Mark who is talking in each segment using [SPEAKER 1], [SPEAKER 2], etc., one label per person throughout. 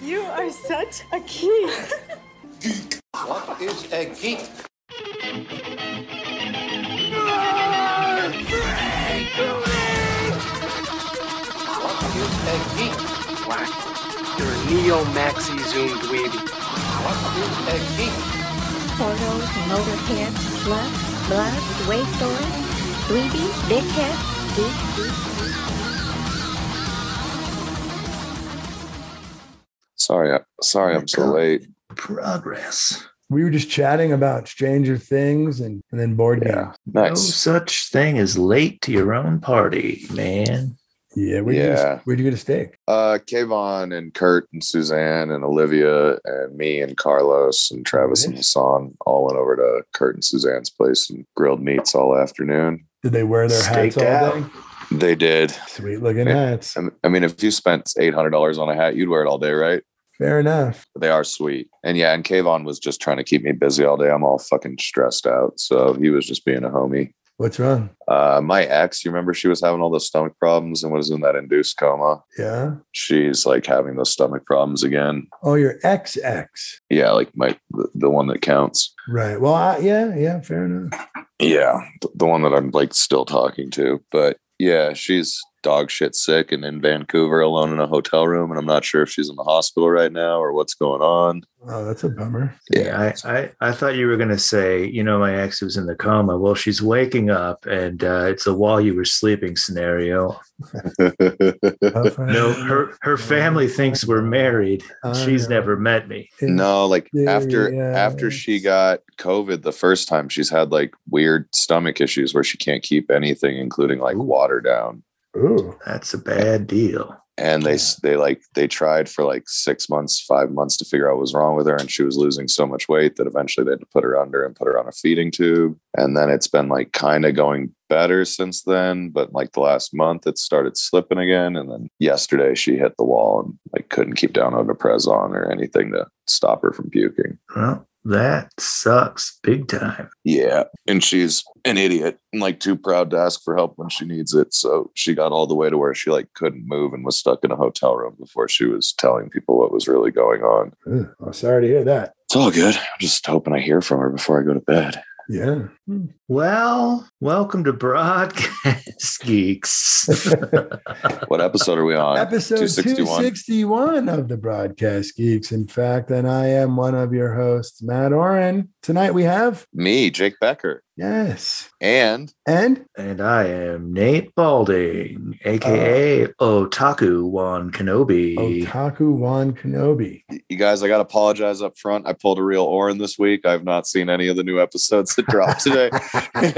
[SPEAKER 1] You are such a geek.
[SPEAKER 2] What is a geek? What is a geek?
[SPEAKER 3] You're a neo maxi zoom dweeby.
[SPEAKER 2] What is a geek?
[SPEAKER 4] Portals, motorhead, slut, blood, wasteland, 3D, dickhead, geek, geek, geek.
[SPEAKER 5] Sorry, I- sorry, I'm so
[SPEAKER 6] God.
[SPEAKER 5] late.
[SPEAKER 6] Progress.
[SPEAKER 7] We were just chatting about Stranger Things and, and then board
[SPEAKER 5] Yeah,
[SPEAKER 7] games.
[SPEAKER 6] No
[SPEAKER 5] nice.
[SPEAKER 6] such thing as late to your own party, man.
[SPEAKER 7] Yeah, where'd, You get
[SPEAKER 5] Yeah.
[SPEAKER 7] a, where'd you get a steak?
[SPEAKER 5] Uh, Kayvon and Kurt and Suzanne and Olivia and me and Carlos and Travis and Hassan all went over to Kurt and Suzanne's place and grilled meats all afternoon.
[SPEAKER 7] Did they wear their hats
[SPEAKER 6] Staked
[SPEAKER 7] all
[SPEAKER 6] out.
[SPEAKER 7] day?
[SPEAKER 5] They did.
[SPEAKER 7] Sweet looking
[SPEAKER 5] Yeah.
[SPEAKER 7] hats.
[SPEAKER 5] I m- I mean, if you spent eight hundred dollars on a hat, you'd wear it all day, right?
[SPEAKER 7] Fair enough.
[SPEAKER 5] But they are sweet, and yeah. And Kayvon was just trying to keep me busy all day. I'm all fucking stressed out, so he was just being a homie.
[SPEAKER 7] What's wrong?
[SPEAKER 5] Uh, my ex, you remember she was having all the stomach problems and was in that induced coma.
[SPEAKER 7] Yeah.
[SPEAKER 5] She's like having those stomach problems again.
[SPEAKER 7] Oh, your XX.
[SPEAKER 5] Yeah, like my the, the one that counts.
[SPEAKER 7] Right. Well, I, yeah, yeah, fair enough.
[SPEAKER 5] Yeah, th- the one that I'm like still talking to. But yeah, she's dog shit sick and in Vancouver alone in a hotel room, and I'm not sure if she's in the hospital right now or what's going on.
[SPEAKER 7] Oh, that's a bummer.
[SPEAKER 6] Yeah, I, I, I thought you were going to say, you know, my ex was in the coma. Well, she's waking up, and uh, it's a while you were sleeping scenario.
[SPEAKER 7] How funny.
[SPEAKER 6] No, her her family thinks we're married.
[SPEAKER 7] I
[SPEAKER 6] She's
[SPEAKER 7] know.
[SPEAKER 6] never met me.
[SPEAKER 5] no, like after after
[SPEAKER 7] Yes.
[SPEAKER 5] she got COVID the first time, she's had like weird stomach issues where she can't keep anything, including like water down.
[SPEAKER 7] Ooh.
[SPEAKER 6] That's a bad deal.
[SPEAKER 5] and they s they like they tried for like six months five months to figure out what was wrong with her and she was losing so much weight that eventually they had to put her under and put her on a feeding tube and then it's been like kind of going better since then but like the last month it started slipping again and then yesterday she hit the wall and like couldn't keep down on a prezon or anything to stop her from puking
[SPEAKER 6] Well, that sucks big time.
[SPEAKER 5] yeah and she's an idiot and like too proud to ask for help when she needs it so she got all the way to where she like couldn't move and was stuck in a hotel room before she was telling people what was really going on
[SPEAKER 7] Ooh. Oh, sorry to hear that.
[SPEAKER 5] it's all good i'm just hoping i hear from her before i go to bed
[SPEAKER 7] Yeah.
[SPEAKER 6] Well, welcome to Broadcast Geeks.
[SPEAKER 5] what episode are we on
[SPEAKER 7] Episode
[SPEAKER 5] 261.
[SPEAKER 7] 261 of the Broadcast Geeks. In fact, and I am one of your hosts, Matt Oren. Tonight we have,
[SPEAKER 5] me jake becker
[SPEAKER 7] yes.
[SPEAKER 5] and
[SPEAKER 7] And
[SPEAKER 6] and I am Nate Balding,
[SPEAKER 5] Uh,
[SPEAKER 6] aka Otaku Wan Kenobi.
[SPEAKER 7] Otaku Wan Kenobi.
[SPEAKER 5] you guys i gotta apologize up front i pulled a real orin this week i've not seen any of the new episodes that dropped today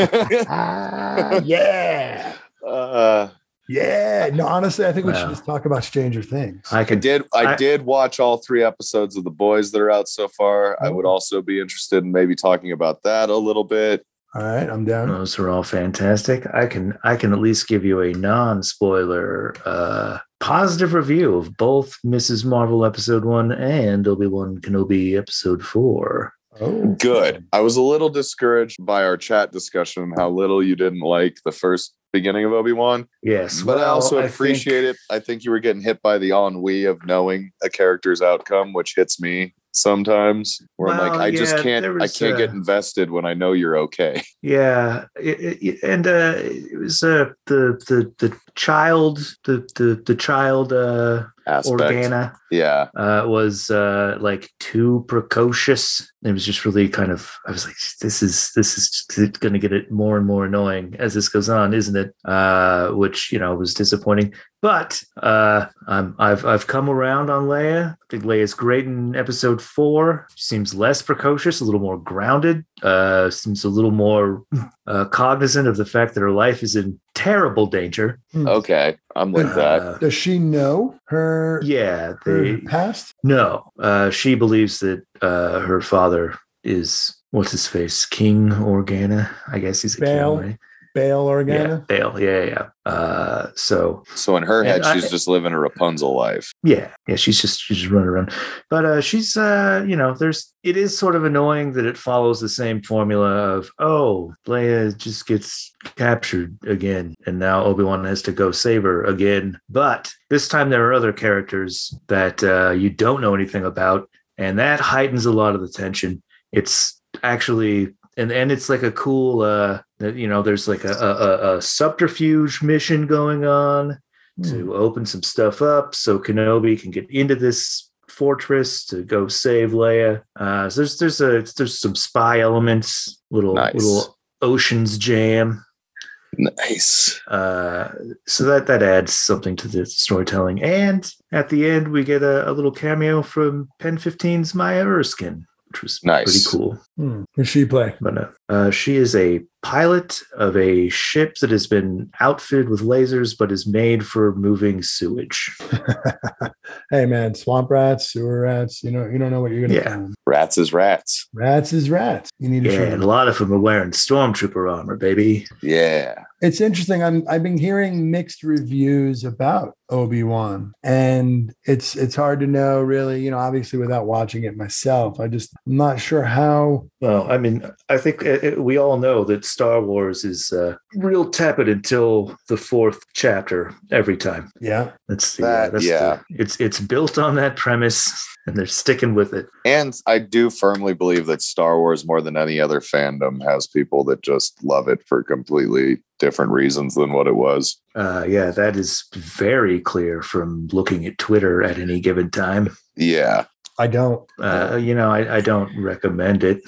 [SPEAKER 7] Ah, yeah.
[SPEAKER 5] uh,
[SPEAKER 7] Yeah. No, honestly, I think we should
[SPEAKER 6] Wow.
[SPEAKER 7] just talk about Stranger Things.
[SPEAKER 6] I
[SPEAKER 5] I
[SPEAKER 6] could
[SPEAKER 5] did. I,
[SPEAKER 6] I-
[SPEAKER 5] did watch all three episodes of The Boys that are out so far. I
[SPEAKER 6] Mm-hmm.
[SPEAKER 5] would also be interested in maybe talking about that a little bit.
[SPEAKER 7] All right, I'm down.
[SPEAKER 6] those are all fantastic. I can I can at least give you a non-spoiler uh positive review of both Mrs. Marvel episode 1 and Obi-Wan Kenobi episode 4.
[SPEAKER 7] Oh,
[SPEAKER 6] Mm-hmm.
[SPEAKER 5] Good. I was a little discouraged by our chat discussion and how little you didn't like the first beginning of Obi Wan,
[SPEAKER 6] Yes,
[SPEAKER 5] but I
[SPEAKER 6] well,
[SPEAKER 5] also
[SPEAKER 6] think-
[SPEAKER 5] appreciate it. I think you were getting hit by the ennui of knowing a character's outcome, which hits me sometimes. Where I'm like,
[SPEAKER 6] Well,
[SPEAKER 5] I just
[SPEAKER 6] yeah,
[SPEAKER 5] can't.
[SPEAKER 6] there
[SPEAKER 5] I
[SPEAKER 6] was,
[SPEAKER 5] can't
[SPEAKER 6] uh,
[SPEAKER 5] get invested when I know you're okay.
[SPEAKER 6] Yeah, it, it- it- and uh, it was uh, the the the child the the the child uh,
[SPEAKER 5] Aspect.
[SPEAKER 6] Organa
[SPEAKER 5] Yeah.
[SPEAKER 6] uh, was uh, like too precocious. It was just really kind of I was like, this is this is going to get it more and more annoying as this goes on, isn't it? Uh, which you know was disappointing. But uh, I'm, I've I've come around on Leia. I think Leia's great in Episode Four. She seems less precocious, a little more grounded. Uh, seems a little more uh, cognizant of the fact that her life is in terrible danger.
[SPEAKER 5] Okay. I'm with that.
[SPEAKER 6] Uh,
[SPEAKER 7] does she know her,
[SPEAKER 6] yeah,
[SPEAKER 7] her
[SPEAKER 6] they,
[SPEAKER 7] past?
[SPEAKER 6] no, uh, she believes that uh, her father is what's his face, King Organa. I guess he's a
[SPEAKER 7] Bail.
[SPEAKER 6] king. Right?
[SPEAKER 7] Bale
[SPEAKER 6] Yeah,
[SPEAKER 7] Organa.
[SPEAKER 6] Bale. Yeah, yeah. yeah. Uh, so
[SPEAKER 5] So in her head,
[SPEAKER 6] And I-
[SPEAKER 5] she's just living a Rapunzel life.
[SPEAKER 6] yeah yeah she's just she's just running around but uh she's uh you know there's it is sort of annoying that it follows the same formula of oh leia just gets captured again and now obi-wan has to go save her again but this time there are other characters that uh you don't know anything about and that heightens a lot of the tension it's actually and and it's like a cool uh you know there's like a a, a- a subterfuge mission going on
[SPEAKER 7] Hmm,
[SPEAKER 5] Hmm.
[SPEAKER 6] to open some stuff up so Kenobi can get into this fortress to go save Leia. Uh, so there's there's a there's some spy elements, little
[SPEAKER 5] Nice.
[SPEAKER 6] little oceans jam.
[SPEAKER 5] Nice.
[SPEAKER 6] Uh, so that that adds something to the storytelling. And at the end, we get a, a little cameo from Pen 15's Maya Erskine, which was
[SPEAKER 5] Nice.
[SPEAKER 6] pretty cool.
[SPEAKER 7] Hmm. Who's she play?
[SPEAKER 6] But no. Uh, she is a pilot of a ship that has been outfitted with lasers, but is made for moving sewage.
[SPEAKER 7] hey man, swamp rats, sewer rats. You know, you don't know what you're gonna
[SPEAKER 6] Yeah.
[SPEAKER 7] find.
[SPEAKER 5] Rats is rats.
[SPEAKER 7] Rats is rats. You need to
[SPEAKER 6] Yeah,
[SPEAKER 7] show
[SPEAKER 6] and a lot of them are wearing stormtrooper armor, baby.
[SPEAKER 5] Yeah.
[SPEAKER 7] it's interesting. I'm I've been hearing mixed reviews about Obi Wan, and it's it's hard to know really. You know, obviously without watching it myself, I just I'm not sure how.
[SPEAKER 6] Well, I mean, I think uh, we all know that Star Wars is uh, real tepid until the fourth chapter every time.
[SPEAKER 7] Yeah,
[SPEAKER 6] That's the,
[SPEAKER 5] That-
[SPEAKER 6] uh, that's
[SPEAKER 5] yeah.
[SPEAKER 6] the- it's it's built on that premise, and they're sticking with it.
[SPEAKER 5] And I do firmly believe that Star Wars, more than any other fandom, has people that just love it for completely different reasons than what it was.
[SPEAKER 6] Uh, yeah, that is very clear from looking at Twitter at any given time.
[SPEAKER 5] Yeah.
[SPEAKER 7] I don't.
[SPEAKER 6] Uh, you know, I, I don't recommend it.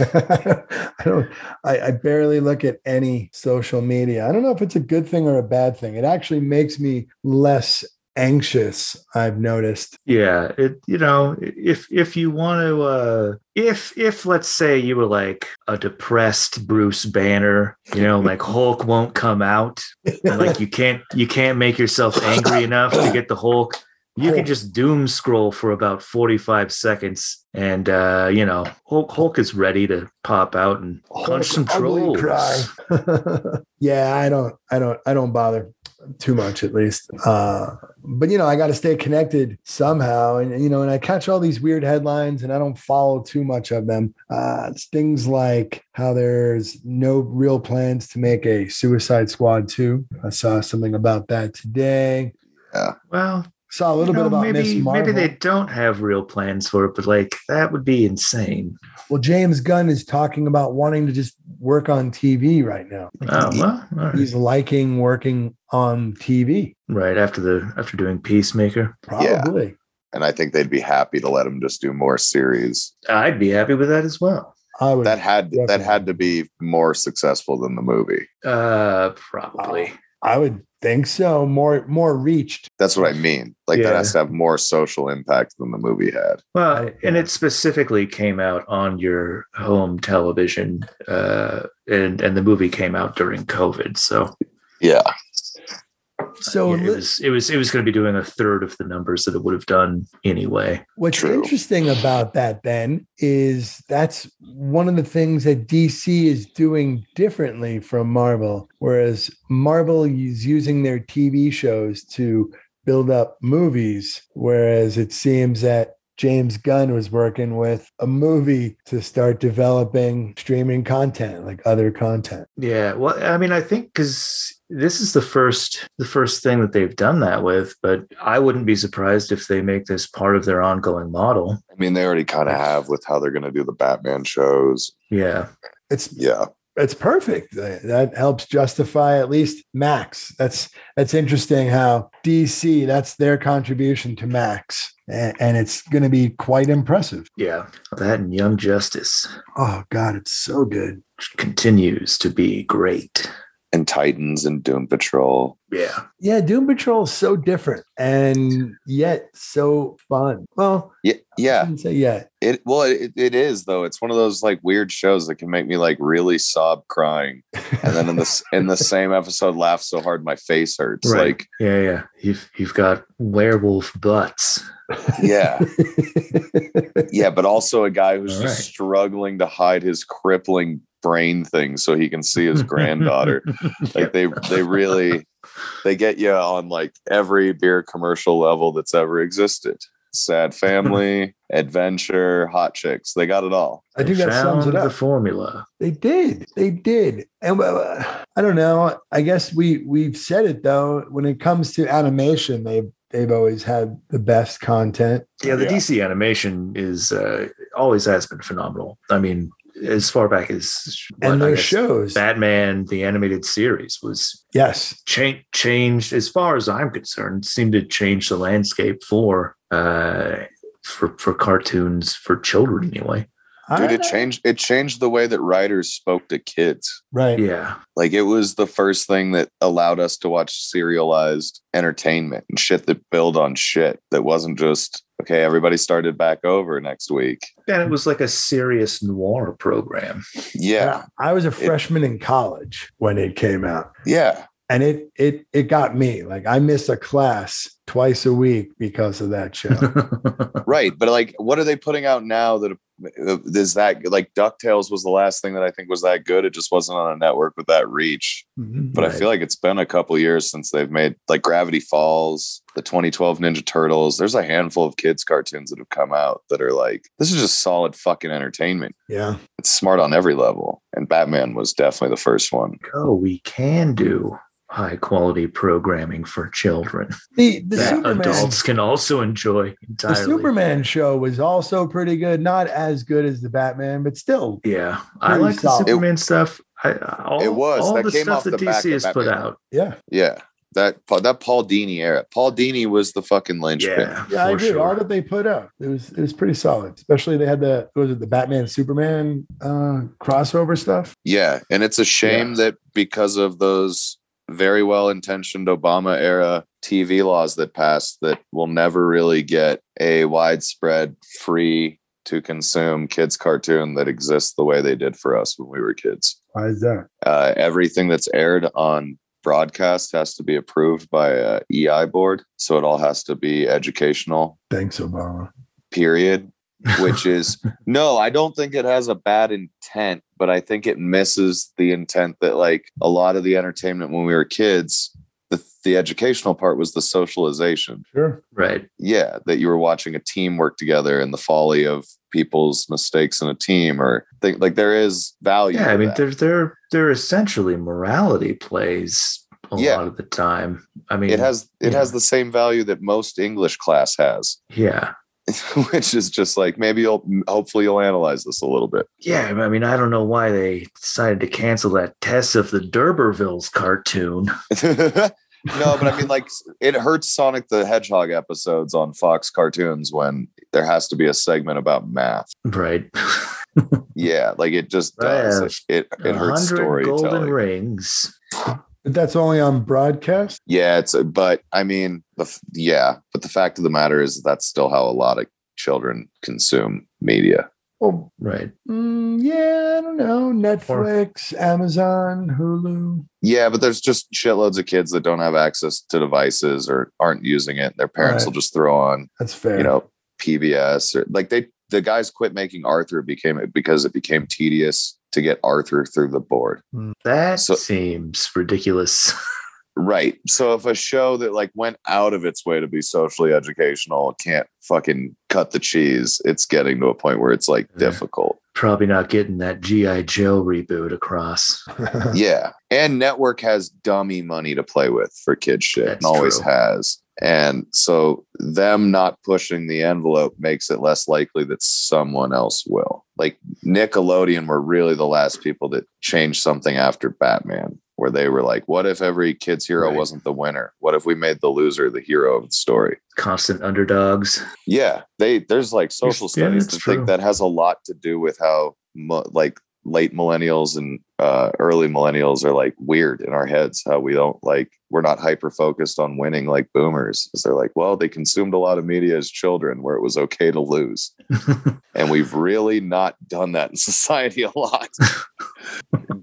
[SPEAKER 7] I don't. I, I barely look at any social media. I don't know if it's a good thing or a bad thing. It actually makes me less anxious. I've noticed.
[SPEAKER 6] yeah it you know if if you want to uh if if let's say you were like a depressed bruce banner you know like hulk won't come out and like you can't you can't make yourself angry enough to get the hulk you can just doom scroll for about 45 seconds and uh you know hulk hulk is ready to pop out and
[SPEAKER 7] Hulk
[SPEAKER 6] punch some
[SPEAKER 7] ugly
[SPEAKER 6] trolls
[SPEAKER 7] cry. yeah, I don't, I don't, I don't bother too much, at least. Uh, but you know, I got to stay connected somehow, and you know, and I catch all these weird headlines, and I don't follow too much of them. Uh, it's things like how there's no real plans to make a Suicide Squad two. I saw something about that today.
[SPEAKER 6] well
[SPEAKER 7] Saw a little
[SPEAKER 6] you
[SPEAKER 7] bit
[SPEAKER 6] know,
[SPEAKER 7] about Miss
[SPEAKER 6] maybe
[SPEAKER 7] Marvel.
[SPEAKER 6] maybe they don't have real plans for it but like that would be insane
[SPEAKER 7] Well, James Gunn is talking about wanting to just work on TV right now.
[SPEAKER 6] oh well all right.
[SPEAKER 7] He's liking working on TV.
[SPEAKER 6] right after the after doing peacemaker
[SPEAKER 5] Yeah.
[SPEAKER 7] Probably.
[SPEAKER 5] And I think they'd be happy to let him just do more series.
[SPEAKER 6] i'd be happy with that as well
[SPEAKER 7] I would.
[SPEAKER 5] That had that had to be more successful than the movie.
[SPEAKER 6] uh probably
[SPEAKER 7] I would think so. More more reached.
[SPEAKER 5] That's what I mean. Like that
[SPEAKER 6] Yeah.
[SPEAKER 5] has to have more social impact than the movie had.
[SPEAKER 6] well
[SPEAKER 7] I-
[SPEAKER 6] and it specifically came out on your home television uh and and the movie came out during covid so
[SPEAKER 5] Yeah.
[SPEAKER 7] So
[SPEAKER 6] it
[SPEAKER 7] li-
[SPEAKER 6] was it was it was going to be doing a third of the numbers that it would have done anyway
[SPEAKER 7] what's
[SPEAKER 5] True.
[SPEAKER 7] interesting about that then is that's one of the things that DC is doing differently from Marvel. Whereas Marvel is using their TV shows to build up movies, whereas it seems that James Gunn was working with a movie to start developing streaming content, like other content.
[SPEAKER 6] yeah well i mean i think because this is the first the first thing that they've done that with but i wouldn't be surprised if they make this part of their ongoing model
[SPEAKER 5] I mean, they already kind of have with how they're going to do the Batman shows.
[SPEAKER 6] yeah
[SPEAKER 7] It's
[SPEAKER 5] Yeah.
[SPEAKER 7] it's perfect. That that helps justify at least Max. That's that's interesting how DC, that's their contribution to Max. A- And, it's going to be quite impressive.
[SPEAKER 6] Yeah, that and Young Justice
[SPEAKER 7] Oh God, it's so good.
[SPEAKER 6] continues to be great.
[SPEAKER 5] And Titans and Doom Patrol.
[SPEAKER 6] Yeah,
[SPEAKER 7] Yeah, Doom Patrol is so different and yet so fun. Well,
[SPEAKER 5] Yeah.
[SPEAKER 7] I
[SPEAKER 5] Yeah.
[SPEAKER 7] shouldn't say yet.
[SPEAKER 5] It well, it, it is though. It's one of those like weird shows that can make me like really sob crying, and then in this in the same episode, laugh so hard my face hurts.
[SPEAKER 6] right. yeah, yeah. You've you've got werewolf butts.
[SPEAKER 5] Like, yeah, yeah, but also a guy who's
[SPEAKER 6] All
[SPEAKER 5] just
[SPEAKER 6] right.
[SPEAKER 5] struggling to hide his crippling brain things so he can see his granddaughter. like they they really they get you on like every beer commercial level that's ever existed. Sad family, adventure, hot chicks. They got it all.
[SPEAKER 7] I think that sums it
[SPEAKER 6] Found
[SPEAKER 7] up.
[SPEAKER 6] The formula.
[SPEAKER 7] They did. They did. And well, I don't know. I guess we we've said it though. When it comes to animation, they they've always had the best content.
[SPEAKER 6] Yeah, the
[SPEAKER 5] Yeah.
[SPEAKER 6] DC animation is uh, always has been phenomenal. I mean, as far back as what,
[SPEAKER 7] and
[SPEAKER 6] I
[SPEAKER 7] their
[SPEAKER 6] guess
[SPEAKER 7] shows.
[SPEAKER 6] Batman the animated series was
[SPEAKER 7] yes.
[SPEAKER 6] cha- changed as far as I'm concerned, seemed to change the landscape for uh, for for cartoons for children anyway.
[SPEAKER 5] Dude, it
[SPEAKER 7] I-
[SPEAKER 5] changed it changed the way that writers spoke to kids.
[SPEAKER 7] Right.
[SPEAKER 6] Yeah,
[SPEAKER 5] Like it was the first thing that allowed us to watch serialized entertainment and shit that build on shit that wasn't just okay, everybody started back over next week.
[SPEAKER 6] and it was like a serious noir program.
[SPEAKER 5] Yeah.
[SPEAKER 7] I was a freshman in college when it came out.
[SPEAKER 5] Yeah.
[SPEAKER 7] And it it it got me. Like I missed a class twice a week because of that show.
[SPEAKER 5] Right. But like what are they putting out now that uh, is that like DuckTales was the last thing that I think was that good. It just wasn't on a network with that reach.
[SPEAKER 7] Mm-hmm.
[SPEAKER 5] But I
[SPEAKER 6] Right.
[SPEAKER 5] feel like it's been a couple years since they've made like Gravity Falls, the 2012 Ninja Turtles. There's a handful of kids cartoons that have come out that are like this is just solid fucking entertainment.
[SPEAKER 7] yeah.
[SPEAKER 5] it's smart on every level. And Batman was definitely the first one.
[SPEAKER 6] Oh, we can do high quality programming for children
[SPEAKER 7] The the
[SPEAKER 6] that
[SPEAKER 7] Superman
[SPEAKER 6] adults can also enjoy
[SPEAKER 7] the
[SPEAKER 6] entirely.
[SPEAKER 7] Superman show was also pretty good. Not as good as the Batman, but still
[SPEAKER 6] Yeah, I
[SPEAKER 7] Pretty
[SPEAKER 6] like the
[SPEAKER 7] solid.
[SPEAKER 6] Superman stuff. I, I- all,
[SPEAKER 5] It was.
[SPEAKER 6] all
[SPEAKER 5] That
[SPEAKER 6] the
[SPEAKER 5] came
[SPEAKER 6] stuff
[SPEAKER 5] off
[SPEAKER 6] that
[SPEAKER 5] the back
[SPEAKER 6] DC
[SPEAKER 5] of
[SPEAKER 6] has put
[SPEAKER 5] Batman.
[SPEAKER 6] out.
[SPEAKER 7] yeah.
[SPEAKER 5] Yeah. That that Paul Dini era. Paul Dini was the fucking linchpin.
[SPEAKER 6] Yeah,
[SPEAKER 7] Yeah, I
[SPEAKER 6] for
[SPEAKER 7] agree.
[SPEAKER 6] sure.
[SPEAKER 7] All that they put out, it was it was pretty solid. Especially they had the was it the Batman Superman uh crossover stuff.
[SPEAKER 5] Yeah. And it's a shame
[SPEAKER 6] Yeah.
[SPEAKER 5] that because of those very well intentioned Obama era TV laws that passed, that we'll never really get a widespread free to consume kids cartoon that exists the way they did for us when we were kids.
[SPEAKER 7] Why is that?
[SPEAKER 5] uh, everything that's aired on broadcast has to be approved by a EI board, so it all has to be educational.
[SPEAKER 7] Thanks, Obama.
[SPEAKER 5] Period. Which is no, I don't think it has a bad intent, but I think it misses the intent that like a lot of the entertainment when we were kids, the the educational part was the socialization.
[SPEAKER 7] Sure.
[SPEAKER 6] right.
[SPEAKER 5] Yeah, that you were watching a team work together and the folly of people's mistakes in a team or think like there is value.
[SPEAKER 6] Yeah,
[SPEAKER 5] to
[SPEAKER 6] I mean,
[SPEAKER 5] that.
[SPEAKER 6] they're they're they're essentially morality plays a
[SPEAKER 5] Yeah.
[SPEAKER 6] lot of the time. I mean,
[SPEAKER 5] it has it
[SPEAKER 6] yeah.
[SPEAKER 5] has the same value that most English class has,
[SPEAKER 6] yeah,
[SPEAKER 5] which is just like maybe you'll hopefully you'll analyze this a little bit.
[SPEAKER 6] yeah. I mean, I don't know why they decided to cancel that test of the Durbervilles cartoon.
[SPEAKER 5] no, but I mean like it hurts Sonic the Hedgehog episodes on Fox cartoons when there has to be a segment about math.
[SPEAKER 6] Right,
[SPEAKER 5] Yeah, like it just
[SPEAKER 6] I
[SPEAKER 5] does.
[SPEAKER 6] have
[SPEAKER 5] It it, it hurts
[SPEAKER 6] 100 golden
[SPEAKER 5] storytelling.
[SPEAKER 6] rings.
[SPEAKER 7] But that's only on broadcast.
[SPEAKER 5] Yeah, it's a, but I mean the f- yeah, but the fact of the matter is that's still how a lot of children consume media.
[SPEAKER 7] Well,
[SPEAKER 6] Right,
[SPEAKER 7] mm, yeah, I don't know. Netflix, Amazon, Hulu.
[SPEAKER 5] Yeah, but there's just shitloads of kids that don't have access to devices or aren't using it. Their parents
[SPEAKER 7] Right.
[SPEAKER 5] will just throw on,
[SPEAKER 7] That's fair.
[SPEAKER 5] you know, PBS or like they the guys quit making Arthur became it because it became tedious to get Arthur through the board.
[SPEAKER 6] that
[SPEAKER 5] So-
[SPEAKER 6] seems ridiculous.
[SPEAKER 5] Right. So if a show that like went out of its way to be socially educational can't fucking cut the cheese, it's getting to a point where it's like
[SPEAKER 6] Yeah.
[SPEAKER 5] difficult.
[SPEAKER 6] Probably not getting that GI Joe reboot across.
[SPEAKER 5] yeah and network has dummy money to play with for kid shit
[SPEAKER 6] That's
[SPEAKER 5] and always
[SPEAKER 6] true.
[SPEAKER 5] has and so them not pushing the envelope makes it less likely that someone else will like nickelodeon were really the last people that changed something after batman where they were like what if every kid's hero
[SPEAKER 6] Right.
[SPEAKER 5] wasn't the winner what if we made the loser the hero of the story
[SPEAKER 6] Constant underdogs.
[SPEAKER 5] yeah, they there's like social
[SPEAKER 6] yeah,
[SPEAKER 5] studies
[SPEAKER 6] that's
[SPEAKER 5] that
[SPEAKER 6] true.
[SPEAKER 5] think that has a lot to do with how mu- like late millennials and uh, early millennials are like weird in our heads. How we don't like we're not hyper focused on winning like boomers. 'Cause They're like, well, they consumed a lot of media as children where it was okay to lose, and we've really not done that in society a lot.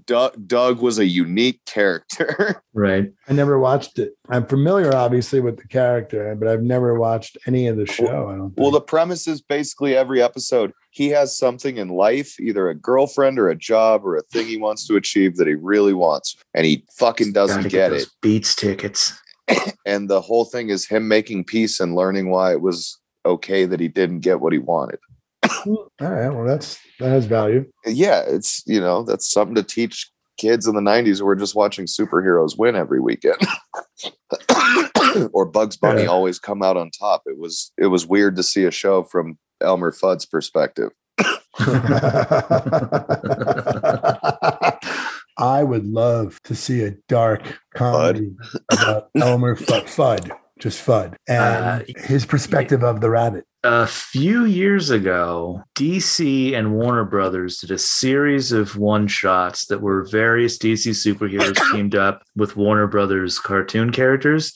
[SPEAKER 5] Doug, Doug was a unique character.
[SPEAKER 6] right?
[SPEAKER 7] I never watched it. I'm familiar, obviously, with the character, but I've never watched any of the show. I don't.
[SPEAKER 5] well,
[SPEAKER 7] think.
[SPEAKER 5] the premise is basically every episode he has something in life, either a girlfriend or a job or a thing he wants to achieve that he really wants, and he fucking doesn't
[SPEAKER 6] Gotta
[SPEAKER 5] get,
[SPEAKER 6] those
[SPEAKER 5] it.
[SPEAKER 6] Beats tickets.
[SPEAKER 5] And the whole thing is him making peace and learning why it was okay that he didn't get what he wanted.
[SPEAKER 7] all right. Well, that's that has value.
[SPEAKER 5] Yeah, it's you know that's something to teach kids in the '90s who were just watching superheroes win every weekend, or Bugs Bunny
[SPEAKER 7] Yeah.
[SPEAKER 5] always come out on top. It was it was weird to see a show from Elmer Fudd's perspective.
[SPEAKER 7] I would love to see a dark comedy about Elmer Fudd, Fudd, just Fudd, and
[SPEAKER 6] Uh,
[SPEAKER 7] his perspective of the rabbit.
[SPEAKER 6] A few years ago, DC and Warner Brothers did a series of one shots that were various DC superheroes teamed up with Warner Brothers cartoon characters.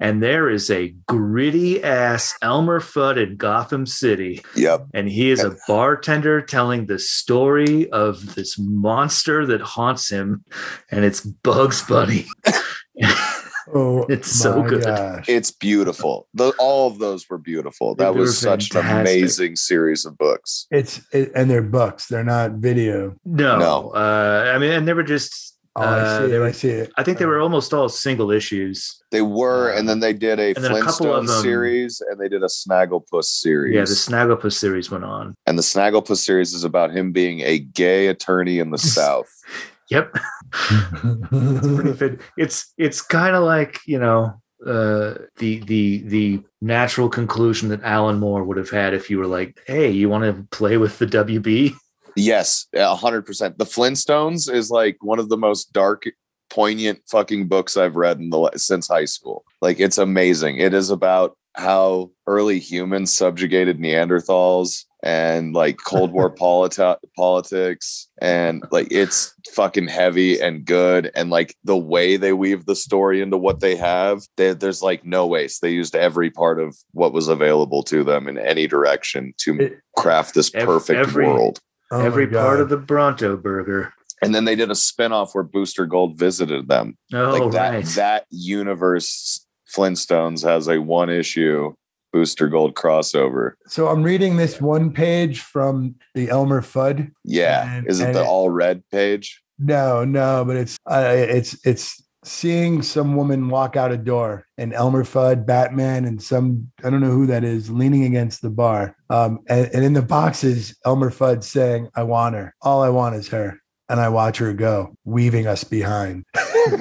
[SPEAKER 6] And there is a gritty ass Elmer Fudd in Gotham City.
[SPEAKER 5] Yep,
[SPEAKER 6] And he is a bartender telling the story of this monster that haunts him, and it's Bugs Bunny.
[SPEAKER 7] Oh,
[SPEAKER 6] It's so
[SPEAKER 7] my
[SPEAKER 6] good.
[SPEAKER 7] gosh.
[SPEAKER 5] it's beautiful. The, all of those were beautiful.
[SPEAKER 6] They
[SPEAKER 5] That
[SPEAKER 6] were
[SPEAKER 5] was such an
[SPEAKER 6] fantastic.
[SPEAKER 5] amazing series of books.
[SPEAKER 7] It's it, and they're books. They're not video.
[SPEAKER 6] no,
[SPEAKER 5] No.
[SPEAKER 6] Uh, I mean, and they were just.
[SPEAKER 7] Oh,
[SPEAKER 6] Uh,
[SPEAKER 7] I see Uh.
[SPEAKER 6] they
[SPEAKER 7] it. I
[SPEAKER 6] were,
[SPEAKER 7] see it.
[SPEAKER 6] I think they were almost all single issues.
[SPEAKER 5] They were,
[SPEAKER 6] Uh,
[SPEAKER 5] and then they did a
[SPEAKER 6] and then a couple
[SPEAKER 5] Flintstone
[SPEAKER 6] of them-
[SPEAKER 5] series, and they did a Snagglepuss series.
[SPEAKER 6] Yeah, the Snagglepuss series went on.
[SPEAKER 5] and the Snagglepuss series is about him being a gay attorney in the South.
[SPEAKER 6] Yep, pretty fit. It's it's kind of like you know uh the the the natural conclusion that alan moore would have had if you were like hey you want to play with the wb
[SPEAKER 5] Yes, a hundred percent. The Flintstones is like one of the most dark, poignant fucking books I've read in the la- since high school. Like it's amazing. It is about how early humans subjugated Neanderthals and like Cold War politi- politics and like it's fucking heavy and good and like the way they weave the story into what they have there there's like no waste they used every part of what was available to them in any direction to
[SPEAKER 6] It-
[SPEAKER 5] craft this
[SPEAKER 6] ev-
[SPEAKER 5] perfect
[SPEAKER 6] every-
[SPEAKER 5] world
[SPEAKER 7] Oh my
[SPEAKER 6] every part
[SPEAKER 7] God.
[SPEAKER 6] of the bronto burger
[SPEAKER 5] and then they did a spin-off where Booster Gold visited them.
[SPEAKER 6] oh
[SPEAKER 5] like that
[SPEAKER 6] right
[SPEAKER 5] that universe Flintstones has a one issue Booster Gold crossover.
[SPEAKER 7] So I'm reading this one page from the Elmer Fudd.
[SPEAKER 5] Yeah.
[SPEAKER 7] And-
[SPEAKER 5] is it
[SPEAKER 7] and
[SPEAKER 5] the
[SPEAKER 7] it-
[SPEAKER 5] all red page?
[SPEAKER 7] No, no, but it's uh, it's it's seeing some woman walk out a door and Elmer Fudd, Batman, and some I don't know who that is leaning against the bar. Um, and, and in the boxes, Elmer Fudd saying, "I want her. All I want is her." And I watch her go, weaving us behind.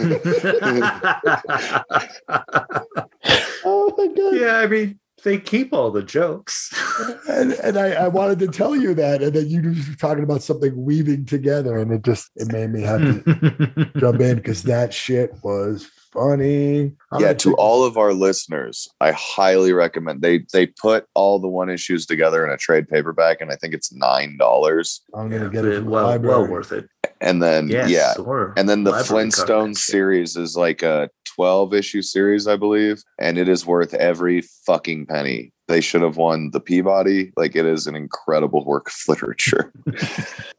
[SPEAKER 7] Oh my god!
[SPEAKER 6] yeah i mean they keep all the jokes
[SPEAKER 7] and, and I, I wanted to tell you that, and then you were talking about something weaving together, and it just it made me have to
[SPEAKER 6] Hmm.
[SPEAKER 7] jump in because that shit was funny.
[SPEAKER 6] Oh,
[SPEAKER 7] I'm
[SPEAKER 5] yeah,
[SPEAKER 7] gonna
[SPEAKER 5] to
[SPEAKER 7] take-
[SPEAKER 5] all of our listeners, I highly recommend they they put all the one issues together in a trade paperback, and I think it's nine dollars.
[SPEAKER 7] I'm
[SPEAKER 6] Yeah,
[SPEAKER 7] gonna get it.
[SPEAKER 6] but
[SPEAKER 7] From
[SPEAKER 6] well,
[SPEAKER 7] the library.
[SPEAKER 6] well worth it.
[SPEAKER 5] And then
[SPEAKER 6] Yes,
[SPEAKER 5] yeah.
[SPEAKER 6] or
[SPEAKER 5] And then the
[SPEAKER 6] library card,
[SPEAKER 5] Flintstone
[SPEAKER 6] actually.
[SPEAKER 5] series is like a 12 issue series, I believe, and it is worth every fucking penny. They should have won the Peabody. Like it is an incredible work of literature.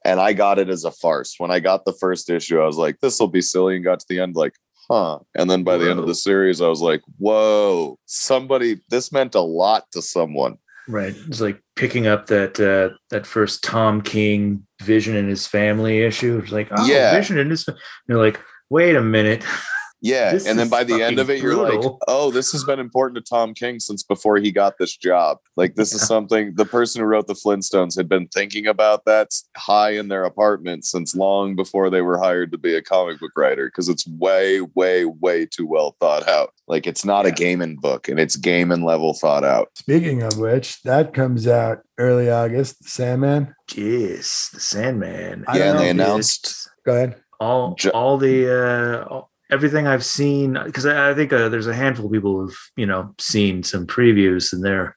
[SPEAKER 5] and I got it as a farce. When I got the first issue, I was like, this will be silly. And got to the end, like, huh. And then by the end of
[SPEAKER 6] Whoa.
[SPEAKER 5] the series, I was like, whoa, somebody, this meant a lot to someone.
[SPEAKER 6] Right. It's like picking up that uh, that first Tom King Vision and his family issue. It's like, oh,
[SPEAKER 5] Yeah.
[SPEAKER 6] Vision and his. fa-" You're like, wait a minute.
[SPEAKER 5] Yeah.
[SPEAKER 6] This
[SPEAKER 5] and then
[SPEAKER 6] is
[SPEAKER 5] by the end
[SPEAKER 6] fucking
[SPEAKER 5] of it, you're like,
[SPEAKER 6] brutal.
[SPEAKER 5] oh, this has been important to Tom King since before he got this job. Like, this is
[SPEAKER 6] Yeah.
[SPEAKER 5] something the person who wrote The Flintstones had been thinking about that high in their apartment since long before they were hired to be a comic book writer because it's way, way, way too well thought out. Like, it's not a
[SPEAKER 6] Yeah.
[SPEAKER 5] game in book and it's game and level thought out.
[SPEAKER 7] Speaking of which, that comes out early August. The Sandman.
[SPEAKER 6] Jeez, the Sandman.
[SPEAKER 7] I
[SPEAKER 5] yeah.
[SPEAKER 7] don't
[SPEAKER 5] And they
[SPEAKER 7] know, dude.
[SPEAKER 5] announced,
[SPEAKER 7] Go ahead.
[SPEAKER 6] all
[SPEAKER 5] Ju-
[SPEAKER 6] all the uh, all- everything I've seen because I, I think uh, there's a handful of people who've you know seen some previews and they're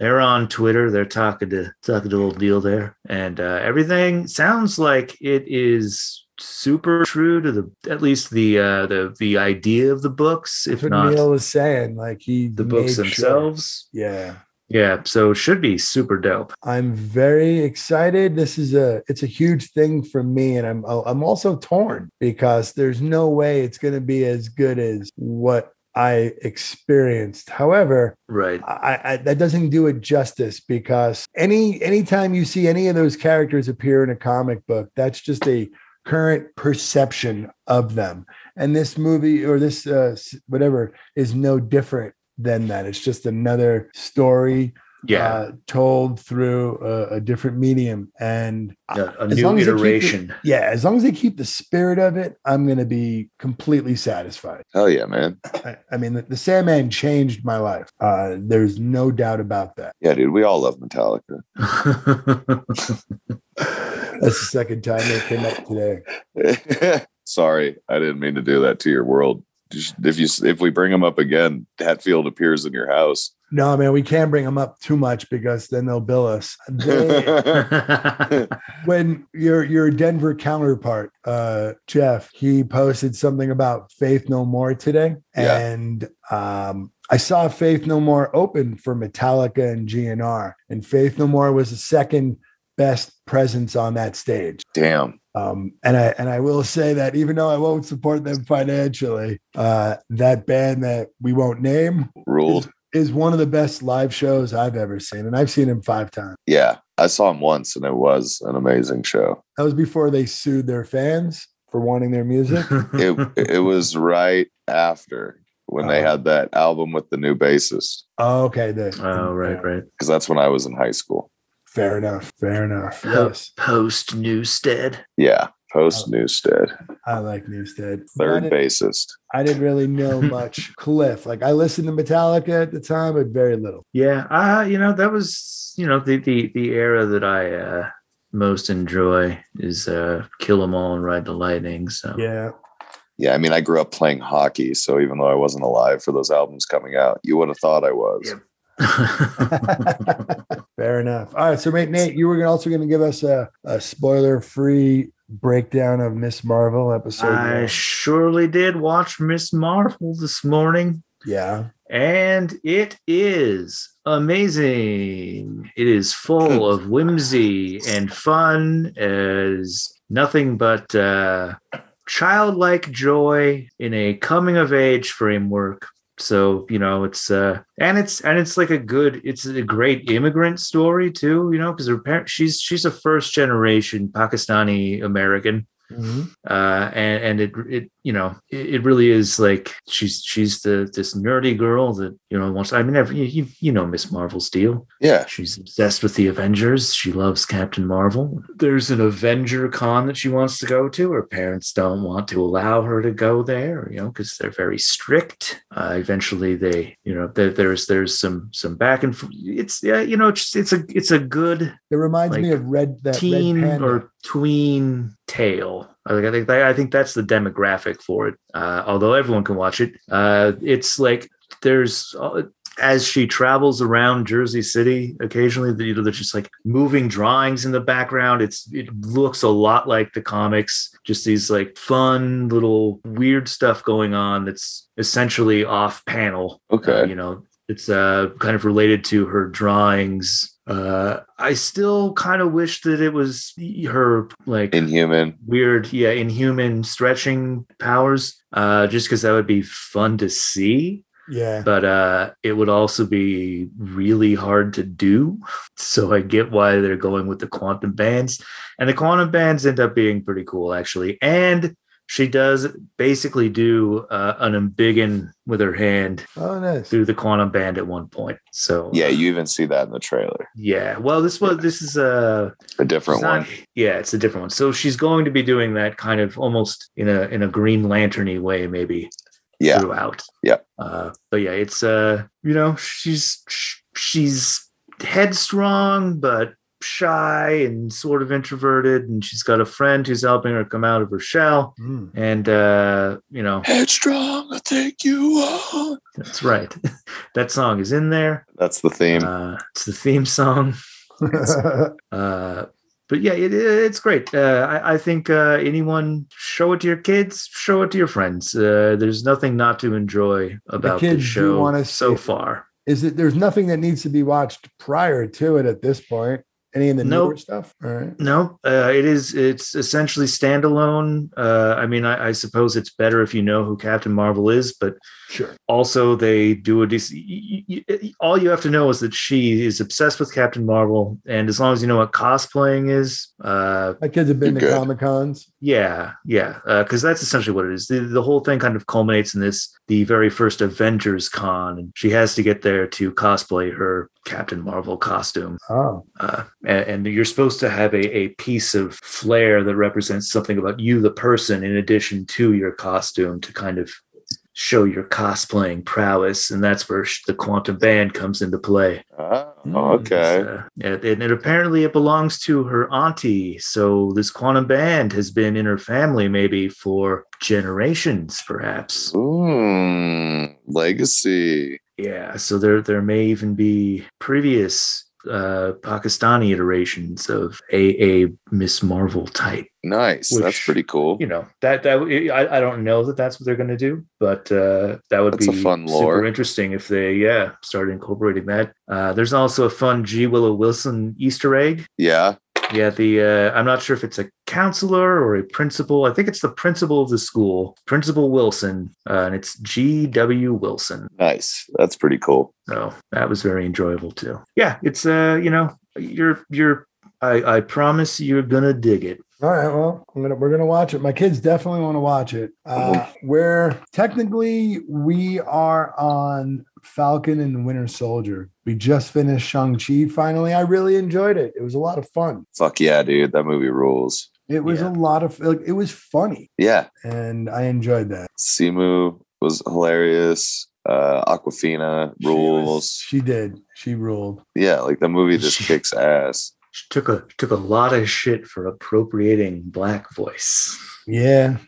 [SPEAKER 6] they're on Twitter. They're talking to talking to old deal there, and uh, everything sounds like it is super true to the at least the uh, the the idea of the books, if
[SPEAKER 7] That's what
[SPEAKER 6] not
[SPEAKER 7] Neil was saying. Like he
[SPEAKER 6] the books
[SPEAKER 7] made sure-
[SPEAKER 6] themselves.
[SPEAKER 7] Yeah.
[SPEAKER 6] Yeah, so it should be super dope.
[SPEAKER 7] I'm very excited. This is a it's a huge thing for me, and I'm I'm also torn because there's no way it's going to be as good as what I experienced. However,
[SPEAKER 6] Right.
[SPEAKER 7] I, I that doesn't do it justice because any anytime you see any of those characters appear in a comic book, that's just a current perception of them. And this movie or this uh, s- whatever is no different than that. It's just another story
[SPEAKER 6] Yeah.
[SPEAKER 7] uh, told through a, a different medium. And I-
[SPEAKER 6] a a
[SPEAKER 7] uh, as
[SPEAKER 6] new
[SPEAKER 7] long as they keep it-
[SPEAKER 6] iteration.
[SPEAKER 7] yeah, as long as they keep the spirit of it, I'm going to be completely satisfied.
[SPEAKER 5] Hell yeah, man.
[SPEAKER 7] I, I mean, the, the Sandman changed my life. Uh, there's no doubt about that.
[SPEAKER 5] Yeah, dude, we all love Metallica.
[SPEAKER 7] That's the second time they came up today.
[SPEAKER 5] Sorry, I didn't mean to do that to your world. Just- If you if we bring them up again, Hatfield appears in your house.
[SPEAKER 7] No, man, we can't bring them up too much because then they'll bill us. They- when your your Denver counterpart, uh, Jeff, he posted something about Faith No More today,
[SPEAKER 5] Yeah.
[SPEAKER 7] and um, I saw Faith No More open for Metallica and GNR, and Faith No More was the second best presence on that stage.
[SPEAKER 5] Damn.
[SPEAKER 7] Um, and I and I will say that even though I won't support them financially, uh, that band that we won't name
[SPEAKER 5] Ruled.
[SPEAKER 7] is one of the best live shows I've ever seen, and I've seen him five times.
[SPEAKER 5] Yeah. I saw him once and it was an amazing show.
[SPEAKER 7] That was before they sued their fans for wanting their music.
[SPEAKER 5] It it was right after when they had that album with the new bassist.
[SPEAKER 7] Oh, okay, the,
[SPEAKER 6] oh, right, right.
[SPEAKER 5] Because that's when I was in high school.
[SPEAKER 7] Fair enough. Fair enough.
[SPEAKER 6] Yep.
[SPEAKER 7] Yes,
[SPEAKER 6] Post Newstead.
[SPEAKER 5] Yeah. Post Newstead.
[SPEAKER 7] I like Newstead.
[SPEAKER 5] Third
[SPEAKER 7] I didn't,
[SPEAKER 5] bassist.
[SPEAKER 7] I didn't really know much Cliff. Like I listened to Metallica at the time, but very little.
[SPEAKER 6] Yeah, uh, you know that was you know the the the era that I uh, most enjoy is uh, Kill 'Em All and Ride the Lightning. So
[SPEAKER 7] Yeah,
[SPEAKER 5] Yeah, I mean, I grew up playing hockey, so even though I wasn't alive for those albums coming out, you would have thought I was.
[SPEAKER 6] Yep.
[SPEAKER 7] fair enough. All right, so Nate, Nate, you were gonna- also going to give us a, a spoiler-free breakdown of Miss Marvel episode.
[SPEAKER 6] I
[SPEAKER 7] one.
[SPEAKER 6] surely did watch Miss Marvel this morning.
[SPEAKER 7] yeah,
[SPEAKER 6] And it is amazing. It is full of whimsy and fun as nothing but uh, childlike joy in a coming of age framework. So, you know, it's uh and it's and it's like a good it's a great immigrant story too, you know, because her parents she's she's a first generation Pakistani American
[SPEAKER 7] Mhm.
[SPEAKER 6] uh and and it it you know it, it really is like she's she's the this nerdy girl that you know wants i mean every, you, you know miss marvel's deal
[SPEAKER 5] Yeah.
[SPEAKER 6] she's obsessed with the avengers she loves captain marvel there's an avenger con that she wants to go to her parents don't want to allow her to go there you know because they're very strict uh, eventually they you know there, there's there's some some back and forth it's yeah you know it's it's a it's a good
[SPEAKER 7] it reminds me
[SPEAKER 6] Like
[SPEAKER 7] of Red that
[SPEAKER 6] teen
[SPEAKER 7] Red Panda.
[SPEAKER 6] or tween tale. I think I think I think that's the demographic for it. Uh, although everyone can watch it, uh, it's like there's uh, as she travels around Jersey City occasionally, the- you know, there's just like moving drawings in the background. It's it looks a lot like the comics. Just these like fun little weird stuff going on that's essentially off panel uh,
[SPEAKER 5] Okay.
[SPEAKER 6] you know it's uh kind of related to her drawings uh i still kind of wish that it was her like
[SPEAKER 5] Inhuman.
[SPEAKER 6] weird yeah inhuman stretching powers uh just because that would be fun to see
[SPEAKER 7] yeah,
[SPEAKER 6] but uh it would also be really hard to do so i get why they're going with the quantum bands and the quantum bands end up being pretty cool actually and she does basically do uh, an embiggen with her hand
[SPEAKER 7] oh nice.
[SPEAKER 6] through the quantum band at one point. So
[SPEAKER 5] Yeah, you even see that in the trailer.
[SPEAKER 6] yeah. Well, this was this is uh
[SPEAKER 5] A different
[SPEAKER 6] she's not-
[SPEAKER 5] one.
[SPEAKER 6] yeah, it's a different one. So she's going to be doing that kind of almost in a in a Green Lanterny way, maybe
[SPEAKER 5] Yeah.
[SPEAKER 6] throughout.
[SPEAKER 5] Yeah.
[SPEAKER 6] Uh, but yeah, it's uh you know she's sh- she's headstrong but shy and sort of introverted, and she's got a friend who's helping her come out of her shell.
[SPEAKER 7] Mm.
[SPEAKER 6] And uh, you know
[SPEAKER 5] Headstrong, I take you on.
[SPEAKER 6] that's right. that song is in there.
[SPEAKER 5] That's the theme.
[SPEAKER 6] Uh, it's the theme song. Uh, but yeah, it, it's great. Uh, I, I think uh, anyone show it to your kids, show it to your friends. Uh, there's nothing not to enjoy about
[SPEAKER 7] kids
[SPEAKER 6] this
[SPEAKER 7] do
[SPEAKER 6] show
[SPEAKER 7] wanna see
[SPEAKER 6] so
[SPEAKER 7] it.
[SPEAKER 6] far.
[SPEAKER 7] Is it there's nothing that needs to be watched prior to it at this point? Any of the newer
[SPEAKER 6] Nope.
[SPEAKER 7] stuff? All right.
[SPEAKER 6] No, uh, it is. It's essentially standalone. Uh, I mean, I, I suppose it's better if you know who Captain Marvel is, but
[SPEAKER 7] Sure.
[SPEAKER 6] also they do a dec- y- y- y- all you have to know is that she is obsessed with Captain Marvel, and as long as you know what cosplaying is, uh,
[SPEAKER 7] My kids have been
[SPEAKER 5] You're
[SPEAKER 7] to
[SPEAKER 5] good.
[SPEAKER 7] Comic Cons.
[SPEAKER 6] yeah, yeah, because that's essentially what it is. The, the whole thing kind of culminates in this the very first Avengers con, and she has to get there to cosplay her Captain Marvel costume.
[SPEAKER 7] Oh,
[SPEAKER 6] Uh, and, and you're supposed to have a, a piece of flair that represents something about you, the person, in addition to your costume to kind of show your cosplaying prowess. And that's where sh- the quantum band comes into play.
[SPEAKER 5] Oh,
[SPEAKER 7] Mm,
[SPEAKER 5] okay.
[SPEAKER 6] So, uh, and, and it, apparently it belongs to her auntie. So this quantum band has been in her family maybe for generations, perhaps.
[SPEAKER 5] Mm, legacy.
[SPEAKER 6] Yeah. So there, there may even be previous uh pakistani iterations of a a miss marvel type
[SPEAKER 5] Nice.
[SPEAKER 6] Which,
[SPEAKER 5] That's pretty cool.
[SPEAKER 6] you know that that I, I don't know that that's what they're going to do, but uh, that would
[SPEAKER 5] That's a
[SPEAKER 6] be
[SPEAKER 5] fun
[SPEAKER 6] super
[SPEAKER 5] lore.
[SPEAKER 6] interesting if they yeah start incorporating that. Uh, there's also a fun G Willow Wilson Easter egg.
[SPEAKER 5] yeah.
[SPEAKER 6] Yeah, the uh, I'm not sure if it's a counselor or a principal. I think it's the principal of the school, Principal Wilson, uh, and it's G W Wilson.
[SPEAKER 5] Nice. That's pretty cool.
[SPEAKER 6] So that was very enjoyable too. Yeah, it's uh you know you're you're I I promise you're gonna dig it.
[SPEAKER 7] all right. Well, I'm gonna we're gonna watch it. My kids definitely want to watch it. Uh, we're technically we are on Falcon and the Winter Soldier. We just finished Shang Chi. Finally, I really enjoyed it. It was a lot of fun.
[SPEAKER 5] Fuck yeah, dude. That movie rules.
[SPEAKER 7] It was
[SPEAKER 6] Yeah.
[SPEAKER 7] a lot of like, it was funny,
[SPEAKER 5] Yeah.
[SPEAKER 7] and I enjoyed that.
[SPEAKER 5] Simu was hilarious. Uh, Aquafina
[SPEAKER 7] She was-
[SPEAKER 5] rules.
[SPEAKER 7] She, did. She ruled.
[SPEAKER 5] yeah. Like the movie just
[SPEAKER 6] She-
[SPEAKER 5] kicks ass.
[SPEAKER 6] She took a took a lot of shit for appropriating black voice.
[SPEAKER 7] Yeah.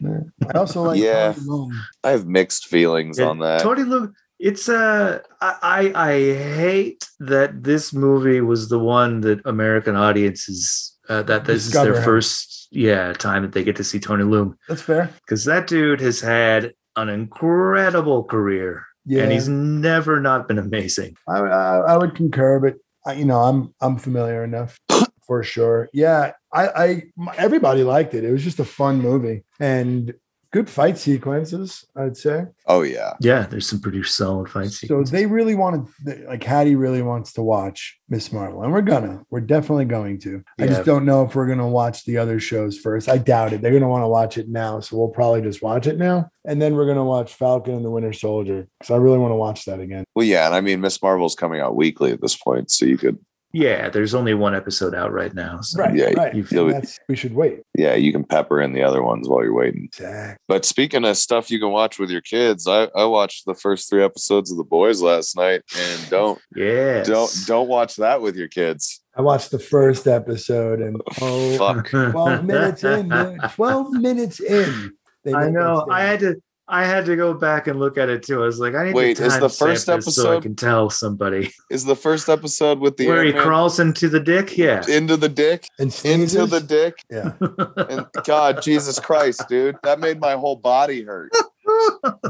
[SPEAKER 7] I also like
[SPEAKER 5] Yeah.
[SPEAKER 7] Tony Leung.
[SPEAKER 5] I have mixed feelings on that.
[SPEAKER 6] Tony Luke, it's uh I, I I hate that this movie was the one that American audiences uh, that this is
[SPEAKER 7] Discover
[SPEAKER 6] their
[SPEAKER 7] him.
[SPEAKER 6] first yeah time that they get to see Tony Luke
[SPEAKER 7] That's fair.
[SPEAKER 6] because that dude has had an incredible career
[SPEAKER 7] Yeah.
[SPEAKER 6] and he's never not been amazing.
[SPEAKER 7] I, I, I would concur, but I, you know, I'm I'm familiar enough for sure. Yeah, I, I my- everybody liked it. It was just a fun movie and good fight sequences. I'd say.
[SPEAKER 5] oh yeah.
[SPEAKER 6] Yeah, there's some pretty solid fight
[SPEAKER 7] So
[SPEAKER 6] scenes.
[SPEAKER 7] they really wanted, they- like Hattie really wants to watch Miss Marvel, and we're gonna, we're definitely going to. I
[SPEAKER 6] Yeah.
[SPEAKER 7] just don't know if we're gonna watch the other shows first. I doubt it. They're gonna want to watch it now, so we'll probably just watch it now, and then we're gonna watch Falcon and the Winter Soldier because I really want to watch that again.
[SPEAKER 5] Well, yeah, and I mean, Miss Marvel's coming out weekly at this point, so you could,
[SPEAKER 6] Yeah, there's only one episode out right now. So.
[SPEAKER 5] Yeah,
[SPEAKER 7] right.
[SPEAKER 6] you've-
[SPEAKER 7] And that's- we should wait.
[SPEAKER 5] yeah, you can pepper in the other ones while you're waiting.
[SPEAKER 7] Exactly.
[SPEAKER 5] But speaking of stuff you can watch with your kids, I, I watched the first three episodes of The Boys last night, and don't
[SPEAKER 6] Yeah.
[SPEAKER 5] don't don't watch that with your kids.
[SPEAKER 7] I watched the first episode and oh,
[SPEAKER 5] Fuck,
[SPEAKER 7] 12 minutes in, dude. 12 minutes in. They
[SPEAKER 6] I
[SPEAKER 7] make
[SPEAKER 6] know.
[SPEAKER 7] that
[SPEAKER 6] I had
[SPEAKER 7] statement.
[SPEAKER 6] to. I had to go back and look at it too. I was like, I need
[SPEAKER 5] Wait,
[SPEAKER 6] to
[SPEAKER 5] is the
[SPEAKER 6] timestamp
[SPEAKER 5] first
[SPEAKER 6] this so I
[SPEAKER 5] episode-
[SPEAKER 6] can tell somebody
[SPEAKER 5] is the first episode with the
[SPEAKER 6] where he
[SPEAKER 5] Ant-Man
[SPEAKER 6] crawls into the dick. Yeah,
[SPEAKER 5] into the dick,
[SPEAKER 7] and
[SPEAKER 5] into
[SPEAKER 7] sneezes?
[SPEAKER 5] the dick,
[SPEAKER 7] yeah.
[SPEAKER 5] and God, Jesus Christ, dude, that made my whole body hurt.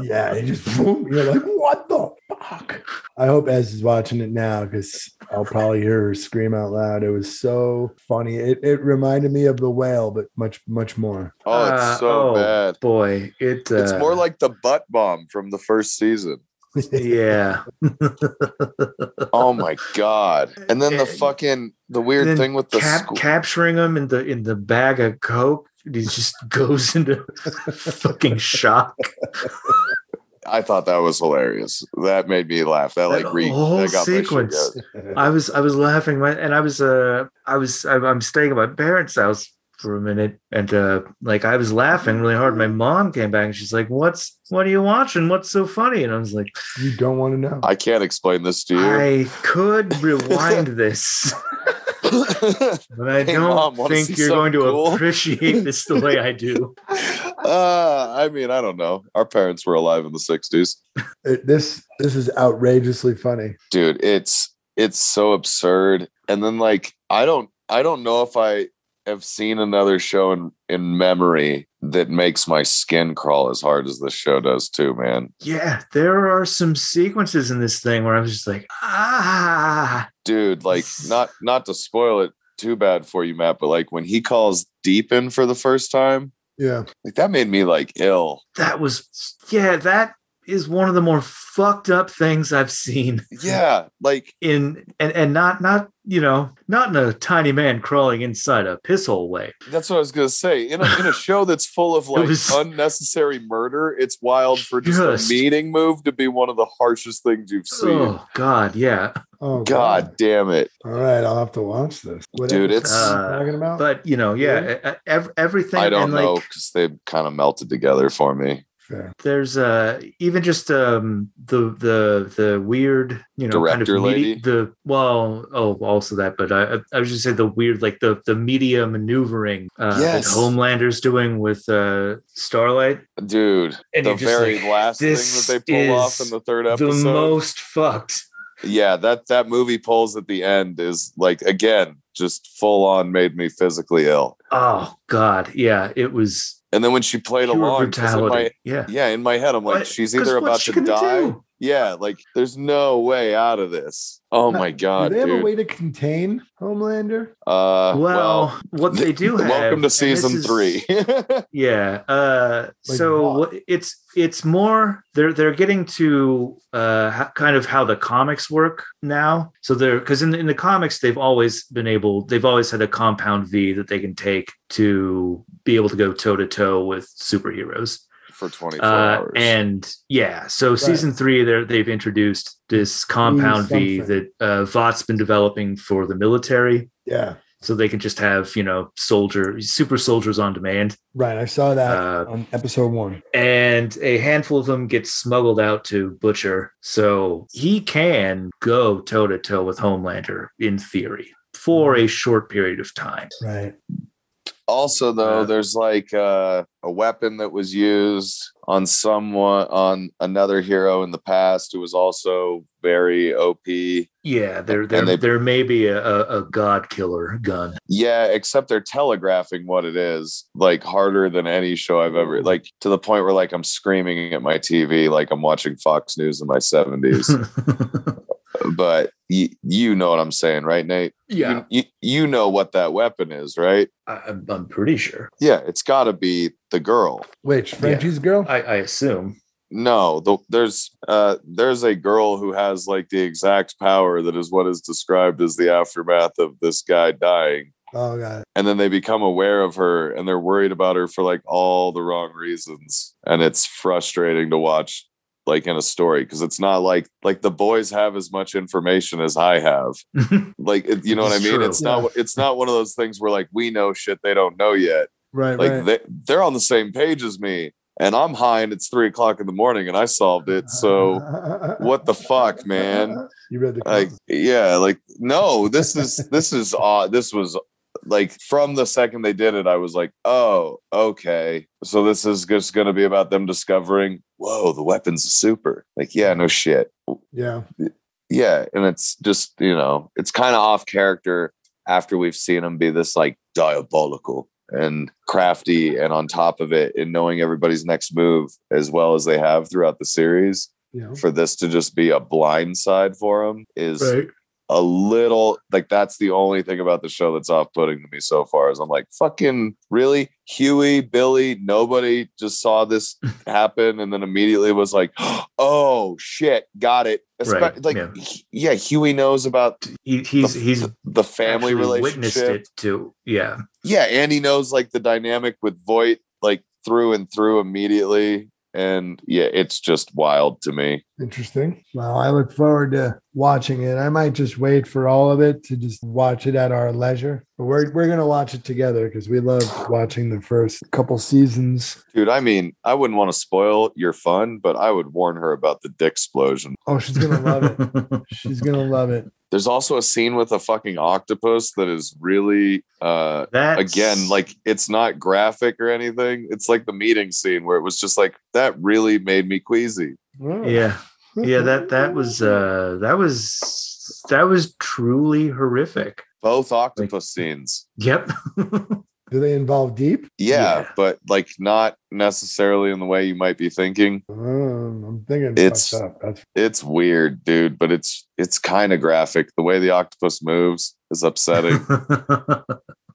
[SPEAKER 7] Yeah. It just boom. You're like, what the fuck? I hope Ez is watching it now because I'll probably hear her scream out loud. It was so funny. It, it reminded me of the whale, but much, much more.
[SPEAKER 5] Oh, it's
[SPEAKER 6] Uh,
[SPEAKER 5] so
[SPEAKER 6] oh,
[SPEAKER 5] bad.
[SPEAKER 6] boy, it. Uh,
[SPEAKER 5] It's more like the butt bomb from the first season.
[SPEAKER 6] yeah,
[SPEAKER 5] Oh my god! And then the
[SPEAKER 6] And-
[SPEAKER 5] fucking the weird
[SPEAKER 6] then
[SPEAKER 5] thing with the
[SPEAKER 6] Cap-
[SPEAKER 5] school.
[SPEAKER 6] capturing him in the in the bag of coke. He just goes into fucking shock.
[SPEAKER 5] I thought that was hilarious. That made me laugh. That
[SPEAKER 6] That
[SPEAKER 5] like re-
[SPEAKER 6] whole
[SPEAKER 5] that got my shit
[SPEAKER 6] sequence.
[SPEAKER 5] going.
[SPEAKER 6] I was I was laughing, my, and I was uh I was I, I'm staying at my parents' house for a minute, and uh like I was laughing really hard. My mom came back and she's like, "What's what are you watching? What's so funny?" And I was like,
[SPEAKER 7] you don't want to know.
[SPEAKER 5] I can't explain this to you.
[SPEAKER 6] "I could rewind this, but I
[SPEAKER 5] Hey,
[SPEAKER 6] don't
[SPEAKER 5] Mom, wanna see
[SPEAKER 6] think you're going to
[SPEAKER 5] something cool?"
[SPEAKER 6] appreciate this the way I do."
[SPEAKER 5] uh, I mean, I don't know. Our parents were alive in the '60s,
[SPEAKER 7] It- this this is outrageously funny.
[SPEAKER 5] dude. It's it's so absurd. And then like I don't I don't know if I have seen another show in in memory that makes my skin crawl as hard as this show does too, man.
[SPEAKER 6] Yeah, there are some sequences in this thing where I was just like, ah,
[SPEAKER 5] Dude, like not not to spoil it too bad for you, Matt, but like when he calls deep in for the first time,
[SPEAKER 7] Yeah.
[SPEAKER 5] like that made me like ill.
[SPEAKER 6] that was yeah, that is one of the more fucked up things I've seen
[SPEAKER 5] Yeah, like
[SPEAKER 6] in and and not not you know not in a tiny man crawling inside a piss hole way.
[SPEAKER 5] that's what I was gonna say. In a in a show that's full of like
[SPEAKER 6] was-
[SPEAKER 5] unnecessary murder, it's wild for just,
[SPEAKER 6] Just-
[SPEAKER 5] a meeting move to be one of the harshest things you've seen.
[SPEAKER 6] Oh God, yeah.
[SPEAKER 7] Oh
[SPEAKER 5] God damn it.
[SPEAKER 7] All right, I'll have to watch this. What
[SPEAKER 5] Dude,
[SPEAKER 7] episode
[SPEAKER 5] it's-
[SPEAKER 7] are you talking about.
[SPEAKER 6] Uh, But you know, yeah, e- e- ev- everything.
[SPEAKER 5] I don't
[SPEAKER 6] and, like,
[SPEAKER 5] know because they kind of melted together for me.
[SPEAKER 7] Fair.
[SPEAKER 6] there's uh even just um the the the weird you know
[SPEAKER 5] Director
[SPEAKER 6] medi-
[SPEAKER 5] lady?
[SPEAKER 6] the well oh also that but I I was just say the weird like the the media maneuvering uh
[SPEAKER 5] Yes.
[SPEAKER 6] that Homelander's doing with uh Starlight
[SPEAKER 5] Dude,
[SPEAKER 6] And
[SPEAKER 5] the
[SPEAKER 6] you're just
[SPEAKER 5] very
[SPEAKER 6] like,
[SPEAKER 5] last thing
[SPEAKER 6] "This
[SPEAKER 5] that they pull off
[SPEAKER 6] is
[SPEAKER 5] in the third
[SPEAKER 6] the
[SPEAKER 5] episode.
[SPEAKER 6] most fucked
[SPEAKER 5] yeah, that that movie pulls at the end is like again just full on made me physically ill.
[SPEAKER 6] oh god yeah it was
[SPEAKER 5] And then when she played
[SPEAKER 6] pure
[SPEAKER 5] along, 'cause in my,
[SPEAKER 6] brutality yeah
[SPEAKER 5] yeah, in my head I'm like,
[SPEAKER 6] What-
[SPEAKER 5] she's
[SPEAKER 6] 'cause
[SPEAKER 5] either
[SPEAKER 6] what's
[SPEAKER 5] about
[SPEAKER 6] she
[SPEAKER 5] to
[SPEAKER 6] gonna
[SPEAKER 5] die.
[SPEAKER 6] do?
[SPEAKER 5] Yeah, like there's no way out of this. Oh my
[SPEAKER 7] Do
[SPEAKER 5] god,
[SPEAKER 7] they have a
[SPEAKER 5] dude.
[SPEAKER 7] way to contain Homelander?
[SPEAKER 5] uh,
[SPEAKER 6] well, what they do have
[SPEAKER 5] Welcome
[SPEAKER 6] and
[SPEAKER 5] to
[SPEAKER 6] this
[SPEAKER 5] season
[SPEAKER 6] is-
[SPEAKER 5] three.
[SPEAKER 6] yeah uh
[SPEAKER 7] Like
[SPEAKER 6] so
[SPEAKER 7] what?
[SPEAKER 6] wh- it's it's more they're they're getting to uh ho- kind of how the comics work now so they're because in, the- in the comics they've always been able they've always had a compound v that they can take to be able to go toe to toe with superheroes
[SPEAKER 5] for 24
[SPEAKER 6] uh,
[SPEAKER 5] hours.
[SPEAKER 6] and yeah so season three they're, they've introduced this compound v
[SPEAKER 7] something.
[SPEAKER 6] that uh, vought's been developing for the military
[SPEAKER 7] Yeah.
[SPEAKER 6] so they can just have you know soldier super soldiers on demand
[SPEAKER 7] Right. I saw that
[SPEAKER 6] uh,
[SPEAKER 7] on episode one.
[SPEAKER 6] and a handful of them get smuggled out to Butcher. So he can go toe to toe with Homelander in theory for a short period of time.
[SPEAKER 7] Right.
[SPEAKER 5] also though
[SPEAKER 6] Uh,
[SPEAKER 5] there's like uh, a weapon that was used on someone on another hero in the past who was also very op
[SPEAKER 6] Yeah, there, there,
[SPEAKER 5] And they-
[SPEAKER 6] there may be a, a, a god killer gun.
[SPEAKER 5] yeah except they're telegraphing what it is like harder than any show i've ever like to the point where like i'm screaming at my tv like i'm watching fox news in my 70s but y- you know what i'm saying right nate
[SPEAKER 6] yeah,
[SPEAKER 5] you, you, you know what that weapon is right
[SPEAKER 6] I, I'm- I'm pretty sure.
[SPEAKER 5] yeah it's got to be the girl
[SPEAKER 7] Which Frenchie's girl?
[SPEAKER 6] I, I assume.
[SPEAKER 5] no the, there's uh there's a girl who has like the exact power that is what is described as the aftermath of this guy dying
[SPEAKER 7] Oh god.
[SPEAKER 5] and then they become aware of her and they're worried about her for like all the wrong reasons and it's frustrating to watch like in a story because it's not like like the boys have as much information as i have like it- you know what i
[SPEAKER 6] It's
[SPEAKER 5] mean
[SPEAKER 6] true.
[SPEAKER 5] it's not it's not one of those things where like we know shit they don't know yet
[SPEAKER 7] Right.
[SPEAKER 5] like
[SPEAKER 7] right.
[SPEAKER 5] they, they're on the same page as me and i'm high and it's three o'clock in the morning and i solved it
[SPEAKER 6] Ah.
[SPEAKER 5] so what the fuck man
[SPEAKER 7] You read the
[SPEAKER 5] like
[SPEAKER 7] comic.
[SPEAKER 5] yeah like no this is this is odd this was like from the second they did it i was like oh okay so this is just going to be about them discovering whoa the weapon's a super like yeah no shit
[SPEAKER 7] yeah.
[SPEAKER 5] yeah and it's just you know it's kind of off character after we've seen him be this like diabolical and crafty and on top of it and knowing everybody's next move as well as they have throughout the series
[SPEAKER 7] Yeah.
[SPEAKER 5] for this to just be a blind side for him is
[SPEAKER 6] Right.
[SPEAKER 5] a little like that's the only thing about the show that's off-putting to me so far is I'm like fucking really Huey Billy nobody just saw this happen and then immediately was like oh shit got it Espe-
[SPEAKER 6] Right,
[SPEAKER 5] like
[SPEAKER 6] yeah.
[SPEAKER 5] he- yeah Huey knows about
[SPEAKER 6] He, he's
[SPEAKER 5] the,
[SPEAKER 6] he's
[SPEAKER 5] the family
[SPEAKER 6] actually witnessed
[SPEAKER 5] relationship
[SPEAKER 6] it too. Yeah.
[SPEAKER 5] yeah and he knows like the dynamic with Voight like through and through immediately and yeah it's just wild to me
[SPEAKER 7] Interesting. Well, I look forward to watching it. I might just wait for all of it to just watch it at our leisure. But we're we're gonna watch it together because we love watching the first couple seasons.
[SPEAKER 5] Dude, I mean, I wouldn't want to spoil your fun, but I would warn her about the dick explosion.
[SPEAKER 7] Oh, she's gonna love it. She's gonna love it.
[SPEAKER 5] There's also a scene with a fucking octopus that is really uh
[SPEAKER 6] That
[SPEAKER 5] again, like it's not graphic or anything. It's like the meeting scene where it was just like that really made me queasy.
[SPEAKER 6] yeah yeah that that was uh that was that was truly horrific
[SPEAKER 5] Both octopus scenes.
[SPEAKER 6] yep
[SPEAKER 7] Do they involve deep?
[SPEAKER 5] Yeah,
[SPEAKER 6] Yeah.
[SPEAKER 5] but like not necessarily in the way you might be thinking.
[SPEAKER 7] Um, I'm thinking
[SPEAKER 5] It's-
[SPEAKER 7] it's up. That's
[SPEAKER 5] It's weird, dude, but it's it's kind of graphic. The way the octopus moves is upsetting.
[SPEAKER 7] all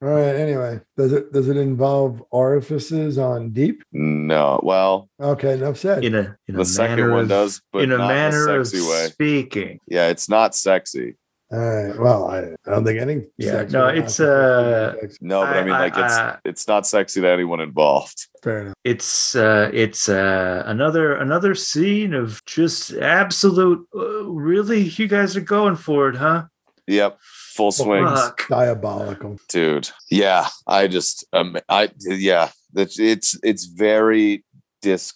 [SPEAKER 7] right. Anyway, does it does it involve orifices on deep?
[SPEAKER 5] no, well,
[SPEAKER 7] Okay, enough said.
[SPEAKER 6] in a in a
[SPEAKER 5] the second
[SPEAKER 6] manner
[SPEAKER 5] one
[SPEAKER 6] of-
[SPEAKER 5] does, but
[SPEAKER 6] in a
[SPEAKER 5] not in a
[SPEAKER 6] manner
[SPEAKER 5] sexy
[SPEAKER 6] of
[SPEAKER 5] way.
[SPEAKER 6] speaking.
[SPEAKER 5] Yeah, it's not sexy.
[SPEAKER 7] all right. Well, I, I don't think any.
[SPEAKER 6] Yeah,
[SPEAKER 7] sex
[SPEAKER 6] no,
[SPEAKER 7] or
[SPEAKER 6] it's, uh,
[SPEAKER 7] orifice is sexy.
[SPEAKER 5] No, but I, uh,
[SPEAKER 6] I-
[SPEAKER 5] mean,
[SPEAKER 6] I-
[SPEAKER 5] like it's
[SPEAKER 6] I-
[SPEAKER 5] it's not sexy to anyone involved.
[SPEAKER 7] fair enough.
[SPEAKER 6] It's uh, it's uh, another another scene of just absolute. Uh, really, you guys are going for it, huh?
[SPEAKER 5] Yep, full swings,
[SPEAKER 6] Fuck.
[SPEAKER 7] Diabolical.
[SPEAKER 5] dude. Yeah, I just um, I yeah, that's it's it's very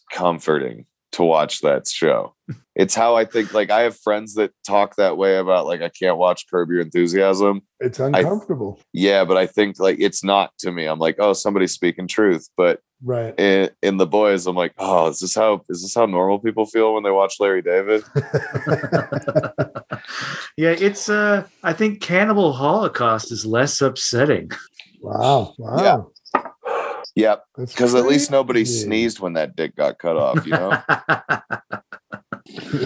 [SPEAKER 5] discomforting to watch that show. It's how I think. Like I have friends that talk that way about like I can't watch Curb Your Enthusiasm.
[SPEAKER 7] It's uncomfortable.
[SPEAKER 5] Yeah, but I think like it's not to me. I'm like, oh, somebody's speaking truth. But
[SPEAKER 7] right.
[SPEAKER 5] in, in the boys, I'm like, oh, is this how is this how normal people feel when they watch Larry David?
[SPEAKER 6] yeah, it's. Uh, I think Cannibal Holocaust is less upsetting.
[SPEAKER 7] wow. Wow.
[SPEAKER 5] Yeah. Yep,
[SPEAKER 7] That's
[SPEAKER 5] because at least nobody
[SPEAKER 7] crazy.
[SPEAKER 5] sneezed when that dick got cut off. You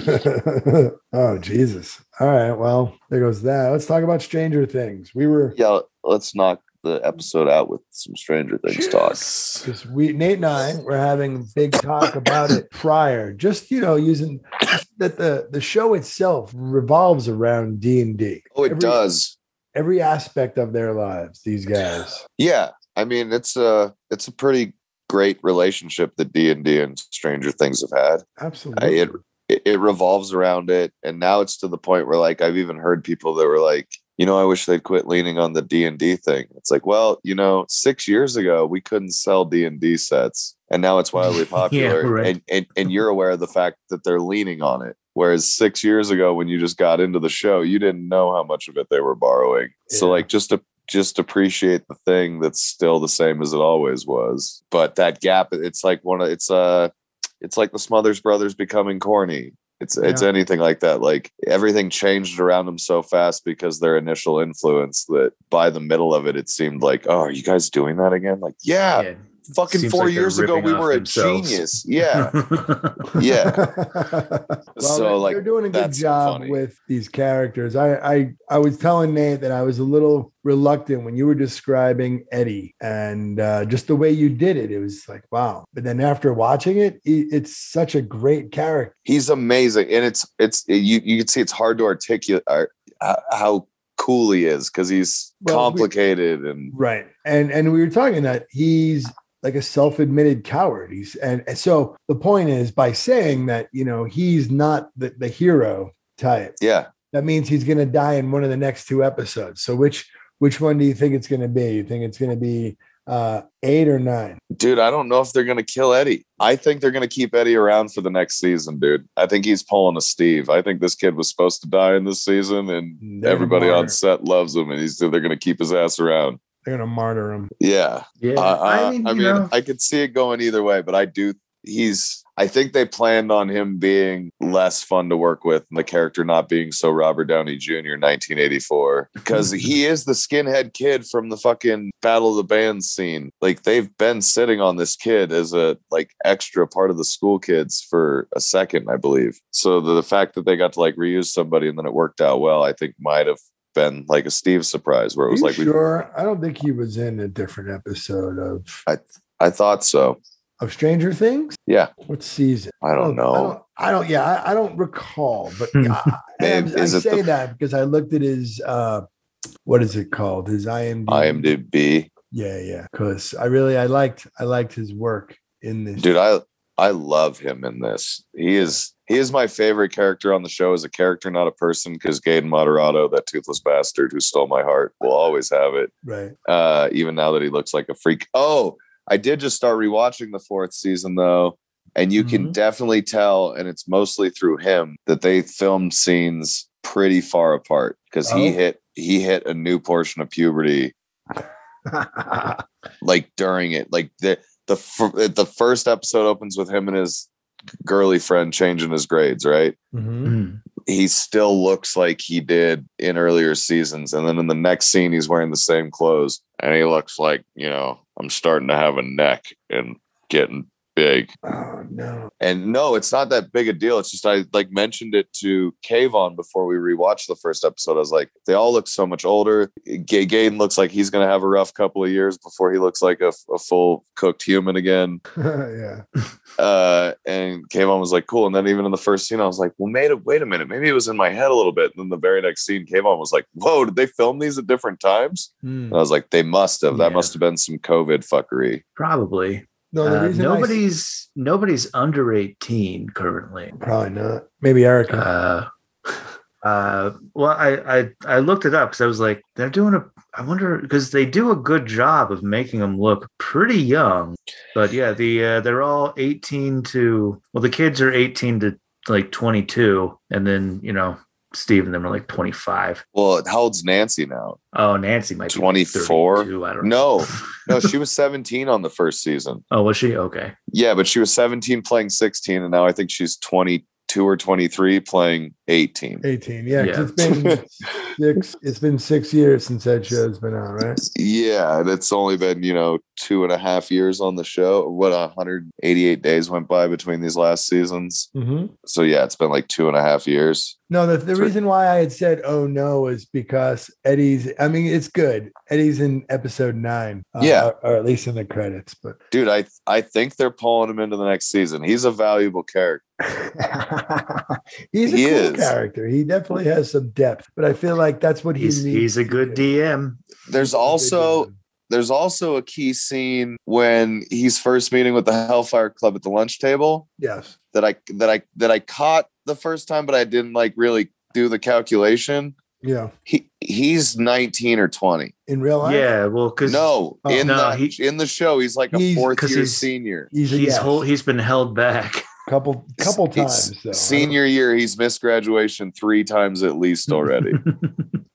[SPEAKER 5] know,
[SPEAKER 7] oh Jesus! All right, well there goes that. Let's talk about Stranger Things. We were
[SPEAKER 5] yeah. Let's knock the episode out with some Stranger Things talk.
[SPEAKER 7] just we Nate and I were having a big talk about it prior. Just you know, using that the the show itself revolves around D and D.
[SPEAKER 5] Oh, it
[SPEAKER 7] Every-
[SPEAKER 5] does.
[SPEAKER 7] Every aspect of their lives, these guys.
[SPEAKER 5] Yeah, I mean, it's a it's a pretty great relationship that D and D and Stranger Things have had.
[SPEAKER 7] Absolutely.
[SPEAKER 5] I- it, it revolves around it and now it's to the point where like i've even heard people that were like you know i wish they'd quit leaning on the d&d thing it's like well you know six years ago we couldn't sell d&d sets and now it's wildly popular
[SPEAKER 6] right.
[SPEAKER 5] and, and, and you're aware of the fact that they're leaning on it whereas six years ago when you just got into the show you didn't know how much of it they were borrowing so
[SPEAKER 7] Yeah.
[SPEAKER 5] like just a just appreciate the thing that's still the same as it always was but that gap it's like one of it's uh it's like the Smothers Brothers becoming corny. It's it's
[SPEAKER 7] Yeah.
[SPEAKER 5] anything like that. Like everything changed around them so fast because their initial influence that by the middle of it, it seemed like, oh, are you guys doing that again? Like, yeah,
[SPEAKER 6] Yeah.
[SPEAKER 5] fucking
[SPEAKER 6] Seems
[SPEAKER 5] four
[SPEAKER 6] like they're
[SPEAKER 5] years ago,
[SPEAKER 6] ripping
[SPEAKER 5] we
[SPEAKER 6] off
[SPEAKER 5] were a
[SPEAKER 6] themselves.
[SPEAKER 5] genius. Yeah, yeah.
[SPEAKER 7] Well,
[SPEAKER 5] so
[SPEAKER 7] they're,
[SPEAKER 5] like
[SPEAKER 7] they're doing a good
[SPEAKER 5] that's
[SPEAKER 7] job
[SPEAKER 5] funny.
[SPEAKER 7] with these characters. I, I I was telling Nate that I was a little reluctant when you were describing Eddie and uh, just the way you did it. It was like wow. But then after watching it, i- it's such a great character.
[SPEAKER 5] he's amazing and it's it's you you can see it's hard to articulate ar- h- how cool he is because he's
[SPEAKER 7] Well, we-
[SPEAKER 5] complicated and
[SPEAKER 7] Right. And and we were talking that he's like a self-admitted coward. He's and, and so the point is by saying that you know he's not the, the hero type.
[SPEAKER 5] yeah
[SPEAKER 7] that means he's going to die in one of the next two episodes. So which which one do you think it's going to be? You think it's going to be uh, eight or nine?
[SPEAKER 5] Dude, I don't know if they're going to kill Eddie. I think they're going to keep Eddie around for the next season, dude. I think he's pulling a Steve. I think this kid was supposed to die in this season, and
[SPEAKER 7] They're
[SPEAKER 5] everybody
[SPEAKER 7] gonna
[SPEAKER 5] on
[SPEAKER 7] martyr-
[SPEAKER 5] set loves him, and he's they're going to keep his ass around.
[SPEAKER 7] They're going to martyr him.
[SPEAKER 5] Yeah,
[SPEAKER 6] yeah.
[SPEAKER 5] Uh, uh,
[SPEAKER 6] I mean, you know,
[SPEAKER 5] I could see it going either way, but I do. He's. I think they planned on him being less fun to work with, and the character not being so Robert Downey Jr. 1984, because he is the skinhead kid from the fucking Battle of the Bands scene. Like they've been sitting on this kid as a like extra part of the school kids for a second, I believe. So the, the fact that they got to like reuse somebody and then it worked out well, I think might have been like a Steve surprise, where it
[SPEAKER 7] Are
[SPEAKER 5] was
[SPEAKER 7] you
[SPEAKER 5] like we.
[SPEAKER 7] sure? I don't think he was in a different episode of
[SPEAKER 5] I thought so.
[SPEAKER 7] of Stranger Things.
[SPEAKER 5] Yeah.
[SPEAKER 7] What season?
[SPEAKER 5] I don't know.
[SPEAKER 7] Oh, I don't, I don't- yeah, I, I don't recall, but I,
[SPEAKER 5] Babe,
[SPEAKER 7] I,
[SPEAKER 5] is it
[SPEAKER 7] say
[SPEAKER 5] the-
[SPEAKER 7] that because I looked at his uh, what is it called? His IMDb.
[SPEAKER 5] IMDb.
[SPEAKER 7] Yeah, yeah. Because I really I liked I liked his work in this.
[SPEAKER 5] Dude, I I love him in this. He is he is my favorite character on the show as a character, not a person, because Gaten Moderato, that toothless bastard who stole my heart, will always have it.
[SPEAKER 7] right.
[SPEAKER 5] Uh, even now that he looks like a freak. Oh, I did just start rewatching the fourth season though. And you can
[SPEAKER 6] Mhm.
[SPEAKER 5] definitely tell, and it's mostly through him that they filmed scenes pretty far apart because he
[SPEAKER 7] Oh.
[SPEAKER 5] hit he hit a new portion of puberty like during it like the the fir- the first episode opens with him and his girly friend changing his grades right
[SPEAKER 7] Mhm.
[SPEAKER 6] Mm.
[SPEAKER 5] he still looks like he did in earlier seasons. And then in the next scene, he's wearing the same clothes and he looks like, you know, I'm starting to have a neck and getting big.
[SPEAKER 7] Oh no.
[SPEAKER 5] And no, it's not that big a deal. It's just I like mentioned it to Kayvon before we rewatched the first episode. I was like, they all look so much older. Gay Gaiden looks like he's gonna have a rough couple of years before he looks like a, a full cooked human again.
[SPEAKER 7] yeah.
[SPEAKER 5] Uh, and Kayvon was like, cool. And then even in the first scene, I was like, well, made wait a minute, maybe it was in my head a little bit. And then the very next scene, Kayvon was like, whoa, did they film these at different times?
[SPEAKER 7] Hmm.
[SPEAKER 5] And I was like, they must have. That
[SPEAKER 6] Yeah.
[SPEAKER 5] must have been some COVID fuckery.
[SPEAKER 6] Probably.
[SPEAKER 7] No, the
[SPEAKER 6] Uh,
[SPEAKER 7] reason I s-
[SPEAKER 6] nobody's nobody's under 18 currently.
[SPEAKER 7] probably not. Maybe Erica.
[SPEAKER 6] Uh, uh, well, I, I I looked it up because I was like, they're doing a. I wonder because they do a good job of making them look pretty young, but yeah, the uh, they're all eighteen to well, the kids are eighteen to like twenty two, and then you know Steve and them are like twenty five.
[SPEAKER 5] Well, how old's Nancy now?
[SPEAKER 6] Oh, Nancy might be like
[SPEAKER 5] 24?
[SPEAKER 6] 32, I don't
[SPEAKER 5] No.
[SPEAKER 6] know.
[SPEAKER 5] No, she was 17 on the first season.
[SPEAKER 6] Oh, was she okay?
[SPEAKER 5] Yeah, but she was 17 playing 16, and now I think she's 22 or 23 playing 18.
[SPEAKER 7] 18. Yeah, 'cause
[SPEAKER 6] Yeah.
[SPEAKER 7] it's been six it's been six years since that show's been on, right?
[SPEAKER 5] Yeah, and it's only been, you know, two and a half years on the show. What, 188 days went by between these last seasons?
[SPEAKER 7] Mm-hmm.
[SPEAKER 5] So, yeah, it's been like two and a half years.
[SPEAKER 7] No, the, the
[SPEAKER 5] So-
[SPEAKER 7] reason why I had said "Oh no" is because Eddie's. I mean, it's good. Eddie's in episode nine, uh,
[SPEAKER 5] Yeah.
[SPEAKER 7] or, or at least in the credits. But
[SPEAKER 5] Dude, I, I think they're pulling him into the next season. He's a valuable character.
[SPEAKER 7] he's a
[SPEAKER 5] He
[SPEAKER 7] cool
[SPEAKER 5] is.
[SPEAKER 7] character. He definitely has some depth. But I feel like that's what he
[SPEAKER 6] He's
[SPEAKER 7] needs
[SPEAKER 6] he's a
[SPEAKER 7] to
[SPEAKER 6] good
[SPEAKER 7] do.
[SPEAKER 6] DM.
[SPEAKER 5] There's
[SPEAKER 7] He's a good
[SPEAKER 5] also
[SPEAKER 7] DM.
[SPEAKER 5] there's also a key scene when he's first meeting with the Hellfire Club at the lunch table.
[SPEAKER 7] yes,
[SPEAKER 5] that I that I that I caught the first time, but I didn't like really do the calculation.
[SPEAKER 7] yeah,
[SPEAKER 5] He he's nineteen or twenty.
[SPEAKER 7] in real life.
[SPEAKER 6] Yeah, well, because
[SPEAKER 5] No,
[SPEAKER 7] Oh.
[SPEAKER 5] in
[SPEAKER 6] No,
[SPEAKER 5] the
[SPEAKER 6] he-
[SPEAKER 5] in the show, he's like a
[SPEAKER 7] He's-
[SPEAKER 5] fourth
[SPEAKER 6] 'cause
[SPEAKER 5] year
[SPEAKER 6] he's-
[SPEAKER 5] senior.
[SPEAKER 7] he's a
[SPEAKER 6] he's
[SPEAKER 7] yes.
[SPEAKER 6] hol- he's been held back.
[SPEAKER 7] couple couple
[SPEAKER 5] He's-
[SPEAKER 7] times though.
[SPEAKER 5] Senior year, he's missed graduation three times at least already.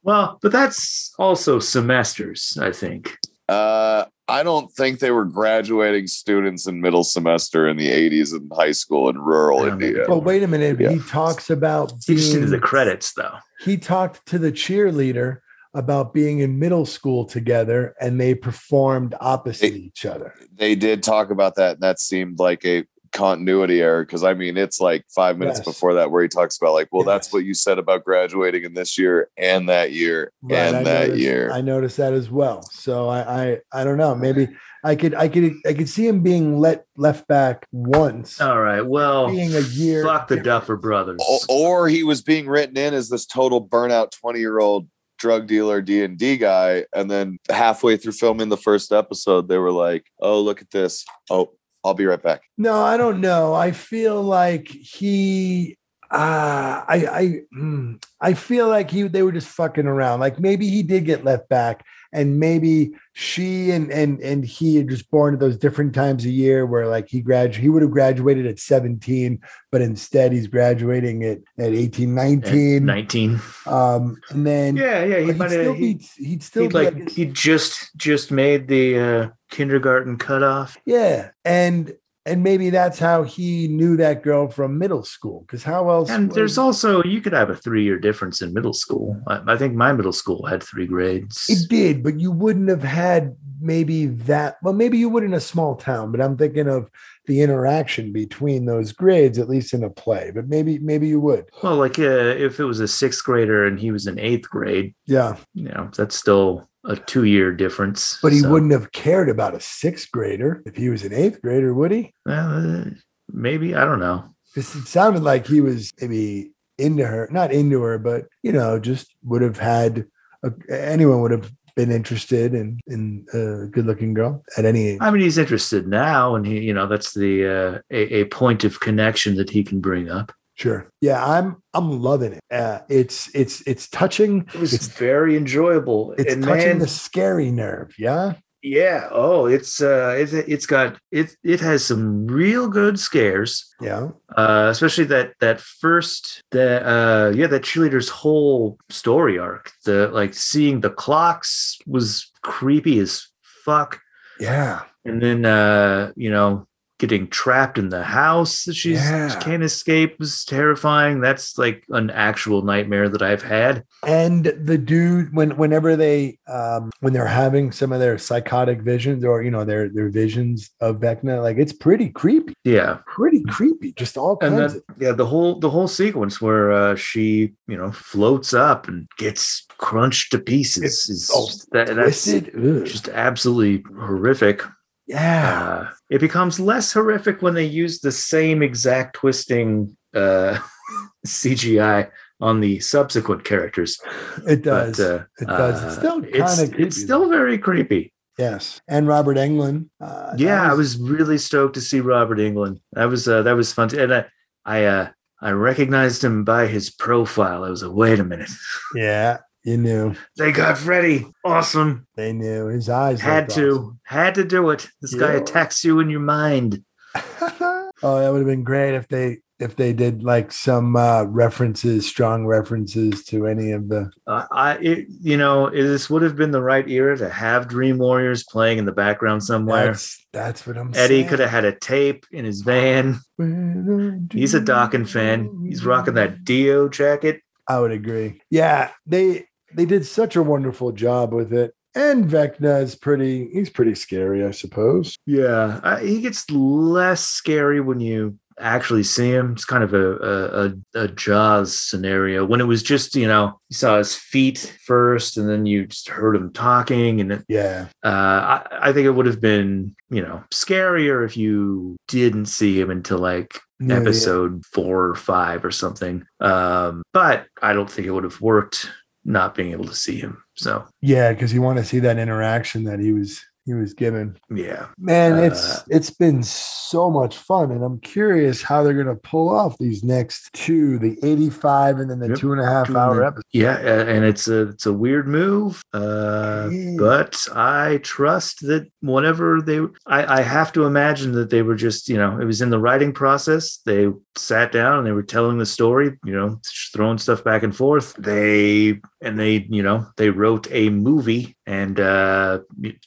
[SPEAKER 6] well, but that's also semesters, I think.
[SPEAKER 5] uh, I don't think they were graduating students in middle semester in the eighties in high school in rural
[SPEAKER 6] I don't think-
[SPEAKER 5] India.
[SPEAKER 7] But wait a minute.
[SPEAKER 5] Yeah.
[SPEAKER 7] He talks about
[SPEAKER 6] He just
[SPEAKER 7] being-
[SPEAKER 6] needed the credits, though.
[SPEAKER 7] he talked to the cheerleader about being in middle school together and they performed opposite
[SPEAKER 5] They-
[SPEAKER 7] each other.
[SPEAKER 5] They did talk about that, and that seemed like a continuity error because I mean it's like five minutes
[SPEAKER 7] Yes.
[SPEAKER 5] before that where he talks about like, well, that's
[SPEAKER 7] Yes.
[SPEAKER 5] what you said about graduating in this year and that year and
[SPEAKER 7] I
[SPEAKER 5] that
[SPEAKER 7] noticed,
[SPEAKER 5] year.
[SPEAKER 7] I noticed that as well. So I, I I don't know. Maybe I could I could I could see him being let left back once.
[SPEAKER 6] All right. Well,
[SPEAKER 7] Being a year
[SPEAKER 6] fuck the
[SPEAKER 7] difference.
[SPEAKER 6] Duffer Brothers.
[SPEAKER 5] O- or he was being written in as this total burnout twenty year old drug dealer D and D guy, and then halfway through filming the first episode, they were like, "Oh, look at this! Oh, I'll be right back."
[SPEAKER 7] No, I don't know. I feel like he uh I I mm, I feel like he they were just fucking around. Like maybe he did get left back and maybe she and and and he had just born at those different times a year where like he gradu he would have graduated at 17, but instead he's graduating at at 18,
[SPEAKER 6] At
[SPEAKER 7] 19.
[SPEAKER 6] 19.
[SPEAKER 7] Um and then
[SPEAKER 6] Yeah, yeah.
[SPEAKER 7] but
[SPEAKER 6] He
[SPEAKER 7] he'd,
[SPEAKER 6] might
[SPEAKER 7] still
[SPEAKER 6] have. He,
[SPEAKER 7] be he'd still
[SPEAKER 6] he
[SPEAKER 7] be like
[SPEAKER 6] like he just just made the uh, kindergarten cutoff.
[SPEAKER 7] yeah. And and maybe that's how he knew that girl from middle school. Because how else?
[SPEAKER 6] And
[SPEAKER 7] would-
[SPEAKER 6] there's also you could have a three year difference in middle school. I, I think my middle school had three grades.
[SPEAKER 7] It did, but you wouldn't have had maybe that. Well, maybe you would in a small town, but I'm thinking of the interaction between those grades, at least in a play. But maybe, maybe you would.
[SPEAKER 6] well, like uh, if it was a sixth grader and he was in eighth grade,
[SPEAKER 7] Yeah,
[SPEAKER 6] you know that's still a two year difference.
[SPEAKER 7] but he
[SPEAKER 6] So-
[SPEAKER 7] wouldn't have cared about a sixth grader if he was an eighth grader, would he?
[SPEAKER 6] Uh, maybe I don't know.
[SPEAKER 7] Because it sounded like he was maybe into her, not into her, but you know, just would have had a, anyone would have been interested in in a good-looking girl at any age.
[SPEAKER 6] I mean, he's interested now, and he, you know, that's the uh, a, a point of connection that he can bring up.
[SPEAKER 7] Sure. Yeah, I'm I'm loving it. Uh, it's it's it's touching
[SPEAKER 6] It was
[SPEAKER 7] It's-
[SPEAKER 6] very enjoyable.
[SPEAKER 7] It's
[SPEAKER 6] and
[SPEAKER 7] touching
[SPEAKER 6] man,
[SPEAKER 7] the scary nerve. Yeah.
[SPEAKER 6] yeah. Oh, it's uh, it's it's got it. It has some real good scares.
[SPEAKER 7] Yeah.
[SPEAKER 6] Uh, especially that that first that uh yeah that cheerleader's whole story arc the like seeing the clocks was creepy as fuck
[SPEAKER 7] Yeah.
[SPEAKER 6] and then uh you know getting trapped in the house that she's
[SPEAKER 7] Yeah.
[SPEAKER 6] she can't escape is terrifying. That's like an actual nightmare that I've had.
[SPEAKER 7] and the dude when whenever they um when they're having some of their psychotic visions or you know their their visions of Vecna, like it's pretty creepy,
[SPEAKER 6] Yeah.
[SPEAKER 7] pretty creepy, just all kinds
[SPEAKER 6] and
[SPEAKER 7] of
[SPEAKER 6] then yeah the whole the whole sequence where uh, she you know floats up and gets crunched to pieces
[SPEAKER 7] It's
[SPEAKER 6] is
[SPEAKER 7] all
[SPEAKER 6] that, that's
[SPEAKER 7] twisted. Ugh.
[SPEAKER 6] just absolutely horrific
[SPEAKER 7] yeah.
[SPEAKER 6] uh, it becomes less horrific when they use the same exact twisting uh, cgi on the subsequent characters
[SPEAKER 7] It does.
[SPEAKER 6] but, uh,
[SPEAKER 7] It does. It's
[SPEAKER 6] uh,
[SPEAKER 7] still
[SPEAKER 6] it's,
[SPEAKER 7] kinda creepy,
[SPEAKER 6] it's still
[SPEAKER 7] though.
[SPEAKER 6] very creepy
[SPEAKER 7] yes. And Robert Englund. Uh, that
[SPEAKER 6] yeah, I was really stoked to see Robert England. That was uh, that was fun, to, and I I uh, I recognized him by his profile. I was like, wait a minute,
[SPEAKER 7] Yeah. You knew.
[SPEAKER 6] they got Freddy. Awesome.
[SPEAKER 7] They knew. His eyes
[SPEAKER 6] Had
[SPEAKER 7] looked
[SPEAKER 6] to had to do it. This guy
[SPEAKER 7] Yeah.
[SPEAKER 6] attacks you in your mind.
[SPEAKER 7] awesome. oh, that would have been great if they if they did like some uh references, strong references to any of the
[SPEAKER 6] Uh, I it, you know it- this would have been the right era to have Dream Warriors playing in the background somewhere.
[SPEAKER 7] that's that's what I'm
[SPEAKER 6] Eddie
[SPEAKER 7] saying.
[SPEAKER 6] could have had a tape in his van.
[SPEAKER 7] When I
[SPEAKER 6] He's a
[SPEAKER 7] do-
[SPEAKER 6] Dawkins fan. He's rocking that Dio jacket.
[SPEAKER 7] I would agree. Yeah, they they did such a wonderful job with it. And Vecna is pretty he's pretty scary, I suppose.
[SPEAKER 6] Yeah, I, he gets less scary when you actually see him. It's kind of a, a a a Jaws scenario when it was just you know you saw his feet first, and then you just heard him talking, and it-
[SPEAKER 7] Yeah.
[SPEAKER 6] uh, I, I think it would have been you know scarier if you didn't see him until like
[SPEAKER 7] Yeah, yeah.
[SPEAKER 6] episode four or five or something. Um, but I don't think it would have worked not being able to see him. So
[SPEAKER 7] Yeah, because you want to see that interaction that he was he was given.
[SPEAKER 6] yeah,
[SPEAKER 7] Man,
[SPEAKER 6] Uh,
[SPEAKER 7] it's it's been so much fun, and I'm curious how they're gonna pull off these next two, the 85 and then the
[SPEAKER 6] Yep.
[SPEAKER 7] two and a half
[SPEAKER 6] Two and
[SPEAKER 7] hour
[SPEAKER 6] a-
[SPEAKER 7] episode.
[SPEAKER 6] yeah, a- and it's a it's a weird move. Uh,
[SPEAKER 7] Yeah.
[SPEAKER 6] but I trust that whatever they, I, I have to imagine that they were just, you know, it was in the writing process. They sat down and they were telling the story, you know, just throwing stuff back and forth. They, and they, you know, they wrote a movie and uh,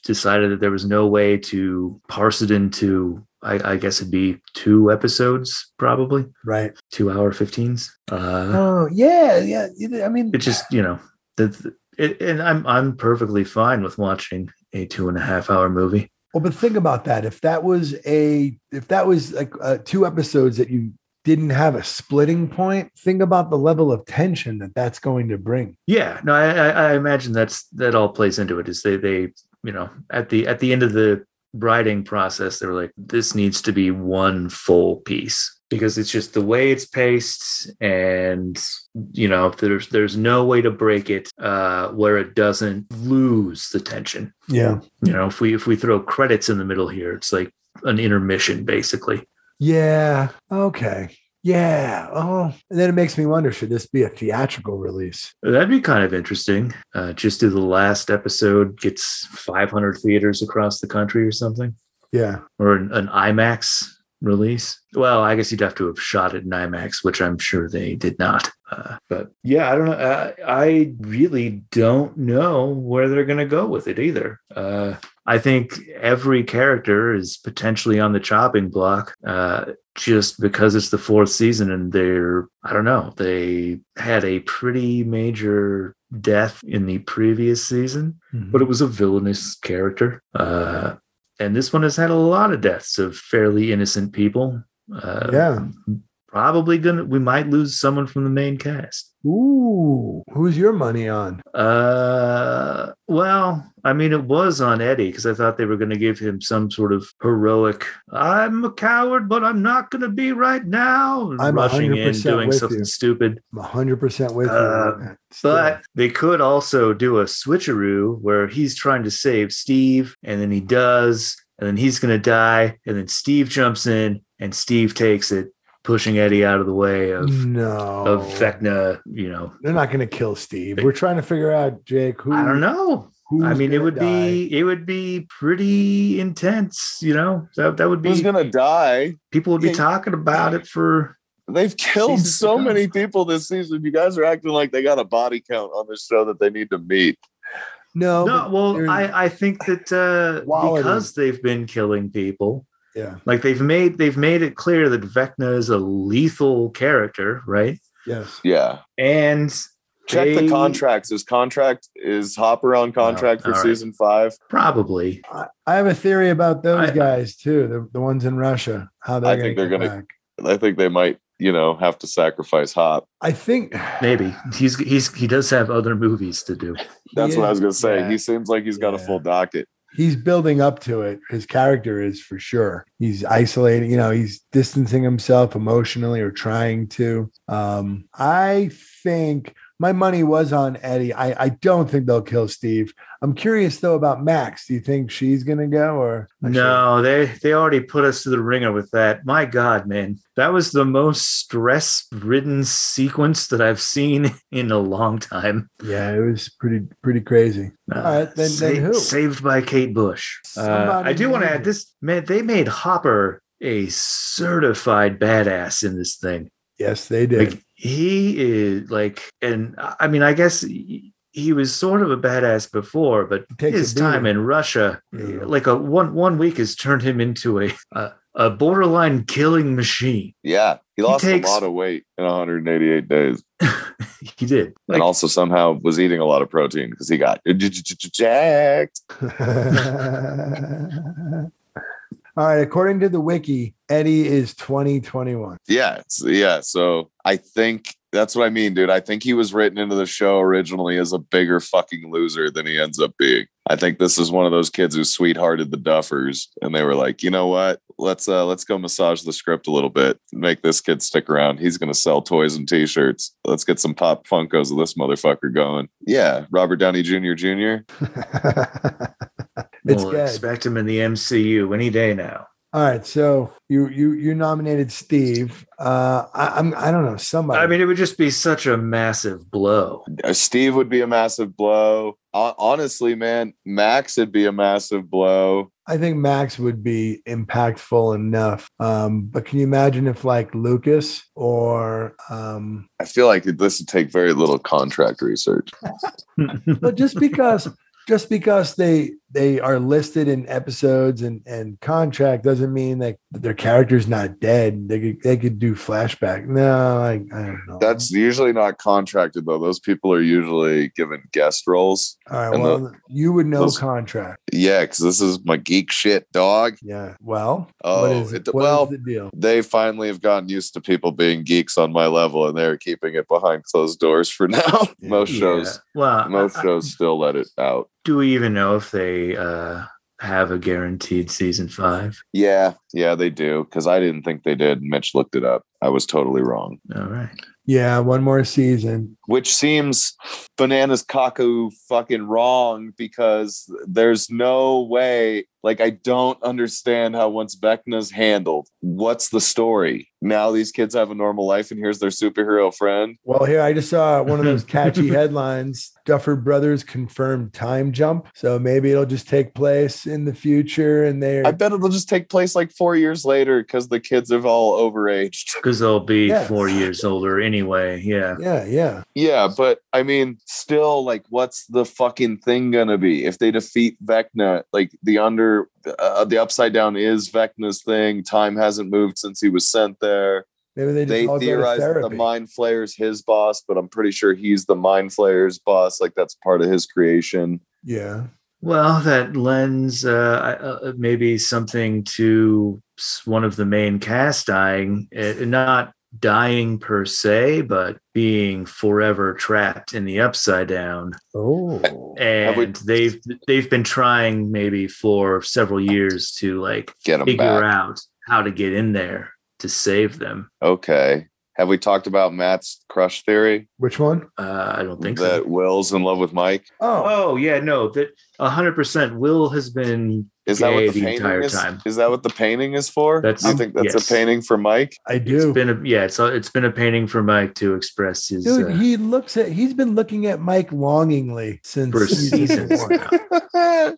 [SPEAKER 6] decided that there was no way to parse it into, I, I guess it'd be two episodes, probably
[SPEAKER 7] Right.
[SPEAKER 6] two hour 15s. Uh,
[SPEAKER 7] Oh, yeah, yeah. you- I mean
[SPEAKER 6] it just you know the, the- it, and i'm i'm perfectly fine with watching a two and a half hour movie
[SPEAKER 7] Well, but think about that. If that was a, if that was like uh, two episodes that you didn't have a splitting point, think about the level of tension that that's going to bring.
[SPEAKER 6] yeah no i i, I imagine that's that all plays into it is they they you know at the at the end of the writing process they were like this needs to be one full piece because it's just the way it's paced and you know there's there's no way to break it uh where it doesn't lose the tension
[SPEAKER 7] Yeah.
[SPEAKER 6] you know if we if we throw credits in the middle here it's like an intermission basically
[SPEAKER 7] Yeah. Okay. Yeah. Oh, and then it makes me wonder should this be a theatrical release?
[SPEAKER 6] That'd be kind of interesting. Uh, just do the last episode gets 500 theaters across the country or something,
[SPEAKER 7] Yeah.
[SPEAKER 6] or an, an IMAX release. Well, I guess you'd have to have shot it in IMAX, which I'm sure they did not. Uh, but yeah, I don't know. I, I really don't know where they're going to go with it either. Uh, I think every character is potentially on the chopping block. Uh, just because it's the fourth season and they're I don't know, they had a pretty major death in the previous season,
[SPEAKER 7] Mm-hmm.
[SPEAKER 6] but it was a villainous character. Uh and this one has had a lot of deaths of fairly innocent people. Uh
[SPEAKER 7] yeah.
[SPEAKER 6] probably gonna we might lose someone from the main cast.
[SPEAKER 7] Ooh. Who's your money on?
[SPEAKER 6] Uh well, I mean it was on Eddie because I thought they were going to give him some sort of heroic I'm a coward but I'm not going to be right now
[SPEAKER 7] I'm
[SPEAKER 6] rushing in
[SPEAKER 7] 100%
[SPEAKER 6] doing
[SPEAKER 7] with
[SPEAKER 6] something
[SPEAKER 7] you.
[SPEAKER 6] stupid.
[SPEAKER 7] I'm 100% with you.
[SPEAKER 6] Uh,
[SPEAKER 7] on that. Still.
[SPEAKER 6] But they could also do a switcheroo where he's trying to save Steve and then he does and then he's going to die and then Steve jumps in and Steve takes it pushing Eddie out of the way of
[SPEAKER 7] Mm. no.
[SPEAKER 6] of Vecna, you know.
[SPEAKER 7] They're not going to kill Steve. We're trying to figure out, Jake, who.
[SPEAKER 6] I don't know.
[SPEAKER 7] who's
[SPEAKER 6] I mean, it
[SPEAKER 7] gonna
[SPEAKER 6] would
[SPEAKER 7] die.
[SPEAKER 6] be it would be pretty intense, you know. That that would be
[SPEAKER 5] Who's gonna die?
[SPEAKER 6] people would be
[SPEAKER 5] yeah.
[SPEAKER 6] talking about it for.
[SPEAKER 5] They've killed
[SPEAKER 6] Jesus
[SPEAKER 5] so
[SPEAKER 6] God.
[SPEAKER 5] many people this season. You guys are acting like they got a body count on this show that they need to meet.
[SPEAKER 7] No.
[SPEAKER 6] No,
[SPEAKER 7] Oh, but they're-
[SPEAKER 6] well, I I think that uh,
[SPEAKER 7] Quality.
[SPEAKER 6] because they've been killing people,
[SPEAKER 7] Yeah.
[SPEAKER 6] Like they've made they've made it clear that Vecna is a lethal character, right?
[SPEAKER 7] Yes.
[SPEAKER 5] Yeah.
[SPEAKER 6] And
[SPEAKER 5] Check
[SPEAKER 6] They- Oh,
[SPEAKER 5] the contracts. Is contract is Hopper on contract
[SPEAKER 6] all
[SPEAKER 5] for
[SPEAKER 6] right.
[SPEAKER 5] season five?
[SPEAKER 6] probably
[SPEAKER 7] I, I have a theory about those
[SPEAKER 6] I-
[SPEAKER 7] guys too. The, the ones in Russia, how they're
[SPEAKER 5] I think
[SPEAKER 7] gonna
[SPEAKER 5] they're
[SPEAKER 7] get
[SPEAKER 5] gonna-
[SPEAKER 7] back.
[SPEAKER 5] I think they might, you know, have to sacrifice Hop.
[SPEAKER 7] I think
[SPEAKER 6] maybe he's he's he does have other movies to do.
[SPEAKER 5] That's what I was
[SPEAKER 7] is-
[SPEAKER 5] gonna say.
[SPEAKER 7] yeah.
[SPEAKER 5] He seems like he's got a
[SPEAKER 7] Yeah.
[SPEAKER 5] full docket.
[SPEAKER 7] he's building up to it. His character is for sure. He's isolating, you know, he's distancing himself emotionally or trying to. Um, I think my money was on Eddie. I, I don't think they'll kill Steve. I'm curious though about Max. Do you think she's gonna go or
[SPEAKER 6] No, they they already put us to the ringer with that. My God, man, that was the most stress-ridden sequence that I've seen in a long time.
[SPEAKER 7] Yeah, it was pretty pretty crazy.
[SPEAKER 6] Uh,
[SPEAKER 7] All right, then- then who?
[SPEAKER 6] Saved by Kate Bush. Uh,
[SPEAKER 7] Somebody
[SPEAKER 6] I do want to
[SPEAKER 7] made
[SPEAKER 6] add
[SPEAKER 7] it.
[SPEAKER 6] this. Man, they made Hopper a certified badass in this thing.
[SPEAKER 7] Yes, they did.
[SPEAKER 6] Like he is like, and I I mean, I guess he, he was sort of a badass before, but
[SPEAKER 7] Takes a
[SPEAKER 6] his time
[SPEAKER 7] beating.
[SPEAKER 6] in Russia,
[SPEAKER 7] Yeah.
[SPEAKER 6] like a one one week, has turned him into a a, a borderline killing machine.
[SPEAKER 5] Yeah. He
[SPEAKER 6] He
[SPEAKER 5] lost
[SPEAKER 6] takes-
[SPEAKER 5] a lot of weight in 188 days.
[SPEAKER 6] He did. Like,
[SPEAKER 5] and also somehow was eating a lot of protein because he got j- j- j- j- jacked.
[SPEAKER 7] All right, according to the wiki, Eddie is 2021.
[SPEAKER 5] Yeah, it's- yeah. So I think that's what I mean, dude. I think he was written into the show originally as a bigger fucking loser than he ends up being. I think this is one of those kids who sweethearted the Duffers, and they were like, you know what? Let's uh let's go massage the script a little bit. Make this kid stick around. He's gonna sell toys and T-shirts. Let's get some pop Funkos of this motherfucker going. Yeah, Robert Downey Jr. Jr.
[SPEAKER 7] it's
[SPEAKER 6] we'll
[SPEAKER 7] good.
[SPEAKER 6] expect him in the MCU any day now.
[SPEAKER 7] All right, so you you you nominated Steve. Uh, I, I'm I don't know somebody.
[SPEAKER 6] I mean, it would just be such a massive blow.
[SPEAKER 5] Uh, Steve would be a massive blow. Hon- Honestly, man, Max would be a massive blow.
[SPEAKER 7] I think Max would be impactful enough. Um, but can you imagine if like Lucas or um,
[SPEAKER 5] I feel like this would take very little contract research.
[SPEAKER 6] Uh-huh.
[SPEAKER 7] but just because just because they they are listed in episodes and and contract doesn't mean that their character's not dead. They could they could do flashback. No, I, I don't know.
[SPEAKER 5] That's usually not contracted though. Those people are usually given guest roles.
[SPEAKER 7] all right.
[SPEAKER 5] and
[SPEAKER 7] Well, you would know
[SPEAKER 5] those-
[SPEAKER 7] contract.
[SPEAKER 5] Yeah, because this is my geek shit, dog.
[SPEAKER 7] Yeah. Well.
[SPEAKER 5] Oh, it-
[SPEAKER 7] what
[SPEAKER 5] well,
[SPEAKER 7] the deal?
[SPEAKER 5] They finally have gotten used to people being geeks on my level, and they're keeping it behind closed doors for now. most shows,
[SPEAKER 6] Yeah. Well,
[SPEAKER 5] most
[SPEAKER 6] I- I-
[SPEAKER 5] shows still let it out.
[SPEAKER 6] do we even know if they uh, have a guaranteed season five?
[SPEAKER 5] Yeah, yeah, they do. Because I didn't think they did. Mitch looked it up. I was totally wrong.
[SPEAKER 6] All right.
[SPEAKER 7] Yeah, one more season.
[SPEAKER 5] which seems bananas cuckoo fucking wrong because there's no way like i don't understand how once vecna's handled what's the story now these kids have a normal life and here's their superhero friend
[SPEAKER 7] Well, here I just saw one of those catchy headlines. Duffer Brothers confirmed time jump. So maybe it'll just take place in the future and they're
[SPEAKER 5] i bet it'll just take place like four years later because the kids have all overaged
[SPEAKER 6] Because they'll be
[SPEAKER 7] Yeah.
[SPEAKER 6] four years older anyway. Yeah.
[SPEAKER 7] yeah, yeah.
[SPEAKER 5] yeah but i mean still like what's the fucking thing gonna be if they defeat vecna like the under uh, the upside down is vecna's thing time hasn't moved since he was sent there
[SPEAKER 7] Maybe they just
[SPEAKER 5] they
[SPEAKER 7] all
[SPEAKER 5] theorize
[SPEAKER 7] go to
[SPEAKER 5] that the
[SPEAKER 7] therapy.
[SPEAKER 5] mind flayer's his boss, but I'm pretty sure he's the mind flayer's boss. Like that's part of his creation.
[SPEAKER 7] yeah.
[SPEAKER 6] Well, that lends uh, uh, maybe something to s- one of the main cast dying, uh, not dying per se, but being forever trapped in the upside down.
[SPEAKER 7] Oh.
[SPEAKER 6] And
[SPEAKER 5] we-
[SPEAKER 6] they've they've been trying maybe for several years to like
[SPEAKER 5] Get him
[SPEAKER 6] figure
[SPEAKER 5] back.
[SPEAKER 6] out how to get in there to save them.
[SPEAKER 5] Okay. Have we talked about Matt's crush theory
[SPEAKER 7] Which one?
[SPEAKER 6] Uh, I don't think
[SPEAKER 5] that
[SPEAKER 6] so.
[SPEAKER 5] Will's in love with Mike?
[SPEAKER 7] Oh,
[SPEAKER 6] Oh yeah, no, that hundred percent. Will has been
[SPEAKER 5] Is that
[SPEAKER 6] gay
[SPEAKER 5] what the, painting
[SPEAKER 6] entire
[SPEAKER 5] is?
[SPEAKER 6] time.
[SPEAKER 5] Is that what the painting is for?
[SPEAKER 6] That's-
[SPEAKER 5] Do you think that's
[SPEAKER 6] yes.
[SPEAKER 5] a painting for Mike?
[SPEAKER 7] I
[SPEAKER 6] It's
[SPEAKER 7] do.
[SPEAKER 6] been a yeah, it's a, it's been a painting for Mike to express his
[SPEAKER 7] Dude,
[SPEAKER 6] uh,
[SPEAKER 7] he looks at he's been looking at Mike longingly since
[SPEAKER 6] for
[SPEAKER 7] season
[SPEAKER 6] seasons
[SPEAKER 7] one.
[SPEAKER 6] now.
[SPEAKER 5] Uh,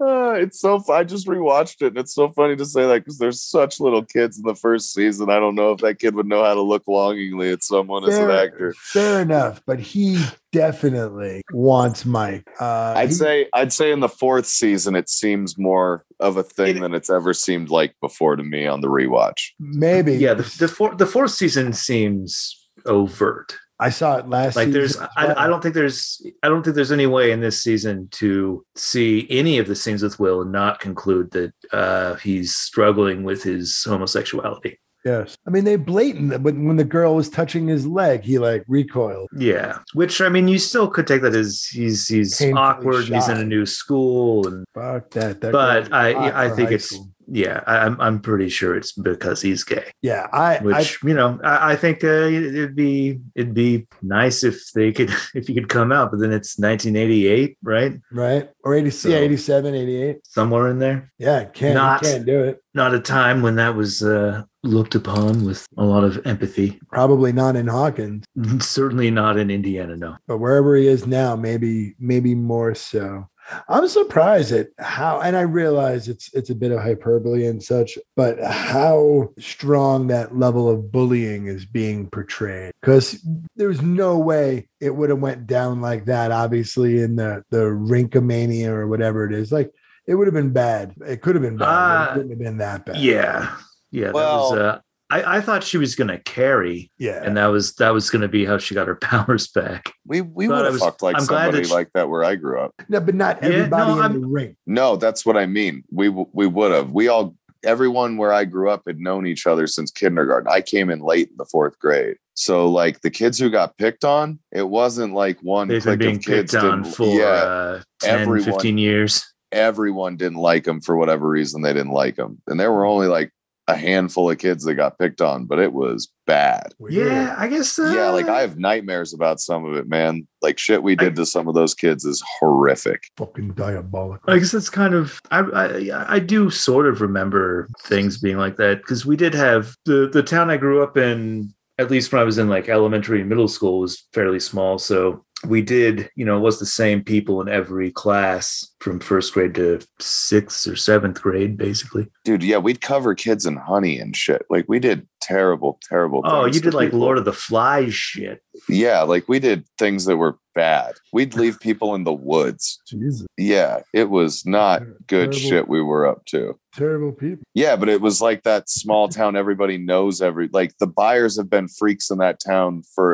[SPEAKER 5] it's so. fu- I just rewatched it, and it's so funny to say that because there's such little kids in the first season. I don't know if that kid would know how to look longingly at someone as an actor.
[SPEAKER 7] fair enough, but he definitely wants Mike. Uh,
[SPEAKER 5] I'd
[SPEAKER 7] he-
[SPEAKER 5] say I'd say in the fourth season it seems more of a thing
[SPEAKER 6] It-
[SPEAKER 5] than it's ever seemed like before to me on the rewatch.
[SPEAKER 7] maybe.
[SPEAKER 6] yeah, the the, four, the fourth season seems overt.
[SPEAKER 7] I saw it last.
[SPEAKER 6] like
[SPEAKER 7] season
[SPEAKER 6] there's
[SPEAKER 7] as
[SPEAKER 6] I,
[SPEAKER 7] well.
[SPEAKER 6] I don't think there's i don't think there's any way in this season to see any of the scenes with will and not conclude that uh he's struggling with his homosexuality
[SPEAKER 7] Yes, I mean they blatant when when the girl was touching his leg, he like recoiled.
[SPEAKER 6] yeah which i mean you still could take that as he's he's
[SPEAKER 7] Painfully
[SPEAKER 6] awkward and he's in
[SPEAKER 7] shy.
[SPEAKER 6] a new school and
[SPEAKER 7] Fuck that. that girl was
[SPEAKER 6] but
[SPEAKER 7] hot
[SPEAKER 6] i i
[SPEAKER 7] for
[SPEAKER 6] think
[SPEAKER 7] high
[SPEAKER 6] it's
[SPEAKER 7] school.
[SPEAKER 6] yeah I, i'm i'm pretty sure it's because he's gay
[SPEAKER 7] yeah. I I
[SPEAKER 6] which you know i, I think uh, it'd be it'd be nice if they could if you could come out but then it's 1988 right
[SPEAKER 7] right or 80,
[SPEAKER 6] So-
[SPEAKER 7] yeah, 87, 88.
[SPEAKER 6] somewhere in there
[SPEAKER 7] Yeah, can't
[SPEAKER 6] Not-
[SPEAKER 7] can't do it.
[SPEAKER 6] not a time when that was uh, looked upon with a lot of empathy.
[SPEAKER 7] Probably not in Hawkins,
[SPEAKER 6] Certainly not in Indiana, no.
[SPEAKER 7] but wherever he is now, maybe maybe more so. I'm surprised at how, and I realize it's it's a bit of hyperbole and such, but how strong that level of bullying is being portrayed. Because there's no way it would have went down like that. Obviously, in the the rinkomania or whatever it is, like it would have been bad. It could have been bad. but
[SPEAKER 6] Uh,
[SPEAKER 7] it wouldn't have been that bad.
[SPEAKER 6] Yeah, yeah.
[SPEAKER 5] Well-
[SPEAKER 6] that was, uh, I, I thought she was going to carry,
[SPEAKER 7] yeah.
[SPEAKER 6] and that was that was going to be how she got her powers back.
[SPEAKER 5] We we
[SPEAKER 6] But I
[SPEAKER 5] would have
[SPEAKER 6] was-
[SPEAKER 5] fucked like
[SPEAKER 6] I'm glad
[SPEAKER 5] somebody
[SPEAKER 6] that she-
[SPEAKER 5] like that where I grew up.
[SPEAKER 7] no, but not
[SPEAKER 6] Yeah, no,
[SPEAKER 7] everybody in
[SPEAKER 6] I'm-
[SPEAKER 7] the ring.
[SPEAKER 5] No, that's what I mean. We w- we would have. We all everyone where I grew up had known each other since kindergarten. I came in late in the fourth grade. So like the kids who got picked on, it wasn't like one
[SPEAKER 6] They've been
[SPEAKER 5] clique
[SPEAKER 6] being
[SPEAKER 5] of kids
[SPEAKER 6] picked on
[SPEAKER 5] didn't-
[SPEAKER 6] for
[SPEAKER 5] yeah,
[SPEAKER 6] uh, 10,
[SPEAKER 5] everyone.
[SPEAKER 6] 15 years.
[SPEAKER 5] everyone didn't like him for whatever reason they didn't like him. And there were only like a handful of kids that got picked on, but it was bad.
[SPEAKER 7] Weird.
[SPEAKER 6] Yeah, I guess. Uh,
[SPEAKER 5] Yeah, like I have nightmares about some of it, man. Like shit we did to some of those kids is horrific.
[SPEAKER 7] fucking diabolical.
[SPEAKER 6] I guess that's kind of I, I I do sort of remember things being like that because we did have the the town I grew up in at least when I was in like elementary and middle school was fairly small so we did you know it was the same people in every class from first grade to sixth or seventh grade basically
[SPEAKER 5] Dude, yeah, we'd cover kids in honey and shit. Like we did terrible, terrible
[SPEAKER 6] oh
[SPEAKER 5] things
[SPEAKER 6] you
[SPEAKER 5] to
[SPEAKER 6] did like
[SPEAKER 5] people.
[SPEAKER 6] Lord of the Flies shit
[SPEAKER 5] Yeah, like we did things that were bad. We'd leave people in the woods.
[SPEAKER 7] Jesus.
[SPEAKER 5] Yeah, it was not good
[SPEAKER 7] Terrible.
[SPEAKER 5] shit we were up to.
[SPEAKER 7] Terrible people.
[SPEAKER 5] Yeah, but it was like that small town everybody knows every like the buyers have been freaks in that town for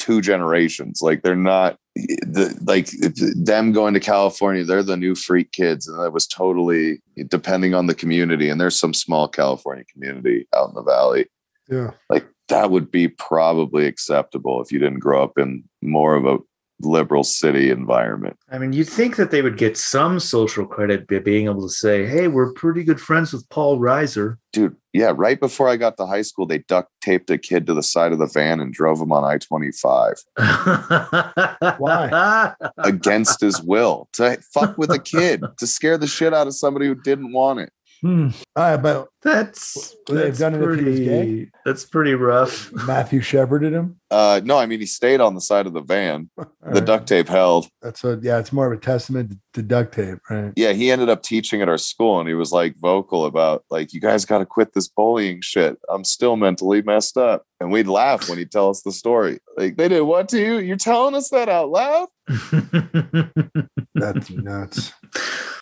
[SPEAKER 5] two generations. Like they're not eh, the like them going to California, they're the new freak kids and that was totally depending on the community and there's some small California community out in the valley
[SPEAKER 7] Yeah.
[SPEAKER 5] like that would be probably acceptable if you didn't grow up in more of a liberal city environment.
[SPEAKER 6] I mean you'd think that they would get some social credit by being able to say hey we're pretty good friends with Paul Reiser
[SPEAKER 5] Dude, yeah, right before I got to high school, they duct taped a kid to the side of the van and drove him on I 25
[SPEAKER 6] why
[SPEAKER 5] against his will to fuck with a kid, to scare the shit out of somebody who didn't want it.
[SPEAKER 7] All right, but
[SPEAKER 6] That's
[SPEAKER 7] Would they
[SPEAKER 6] that's
[SPEAKER 7] have done it if he was
[SPEAKER 6] pretty.
[SPEAKER 7] gay?
[SPEAKER 6] That's pretty rough.
[SPEAKER 7] Matthew shepherded him.
[SPEAKER 5] Uh, no, I mean, he stayed on the side of the van.
[SPEAKER 7] All
[SPEAKER 5] the
[SPEAKER 7] right.
[SPEAKER 5] duct tape held.
[SPEAKER 7] That's a yeah. It's more of a testament to, to duct tape, right?
[SPEAKER 5] Yeah, he ended up teaching at our school and he was like vocal about, like, you guys got to quit this bullying shit. I'm still mentally messed up. And we'd laugh when he'd tell us the story. Like, they did what to you? You're telling us that out loud?
[SPEAKER 7] That's nuts.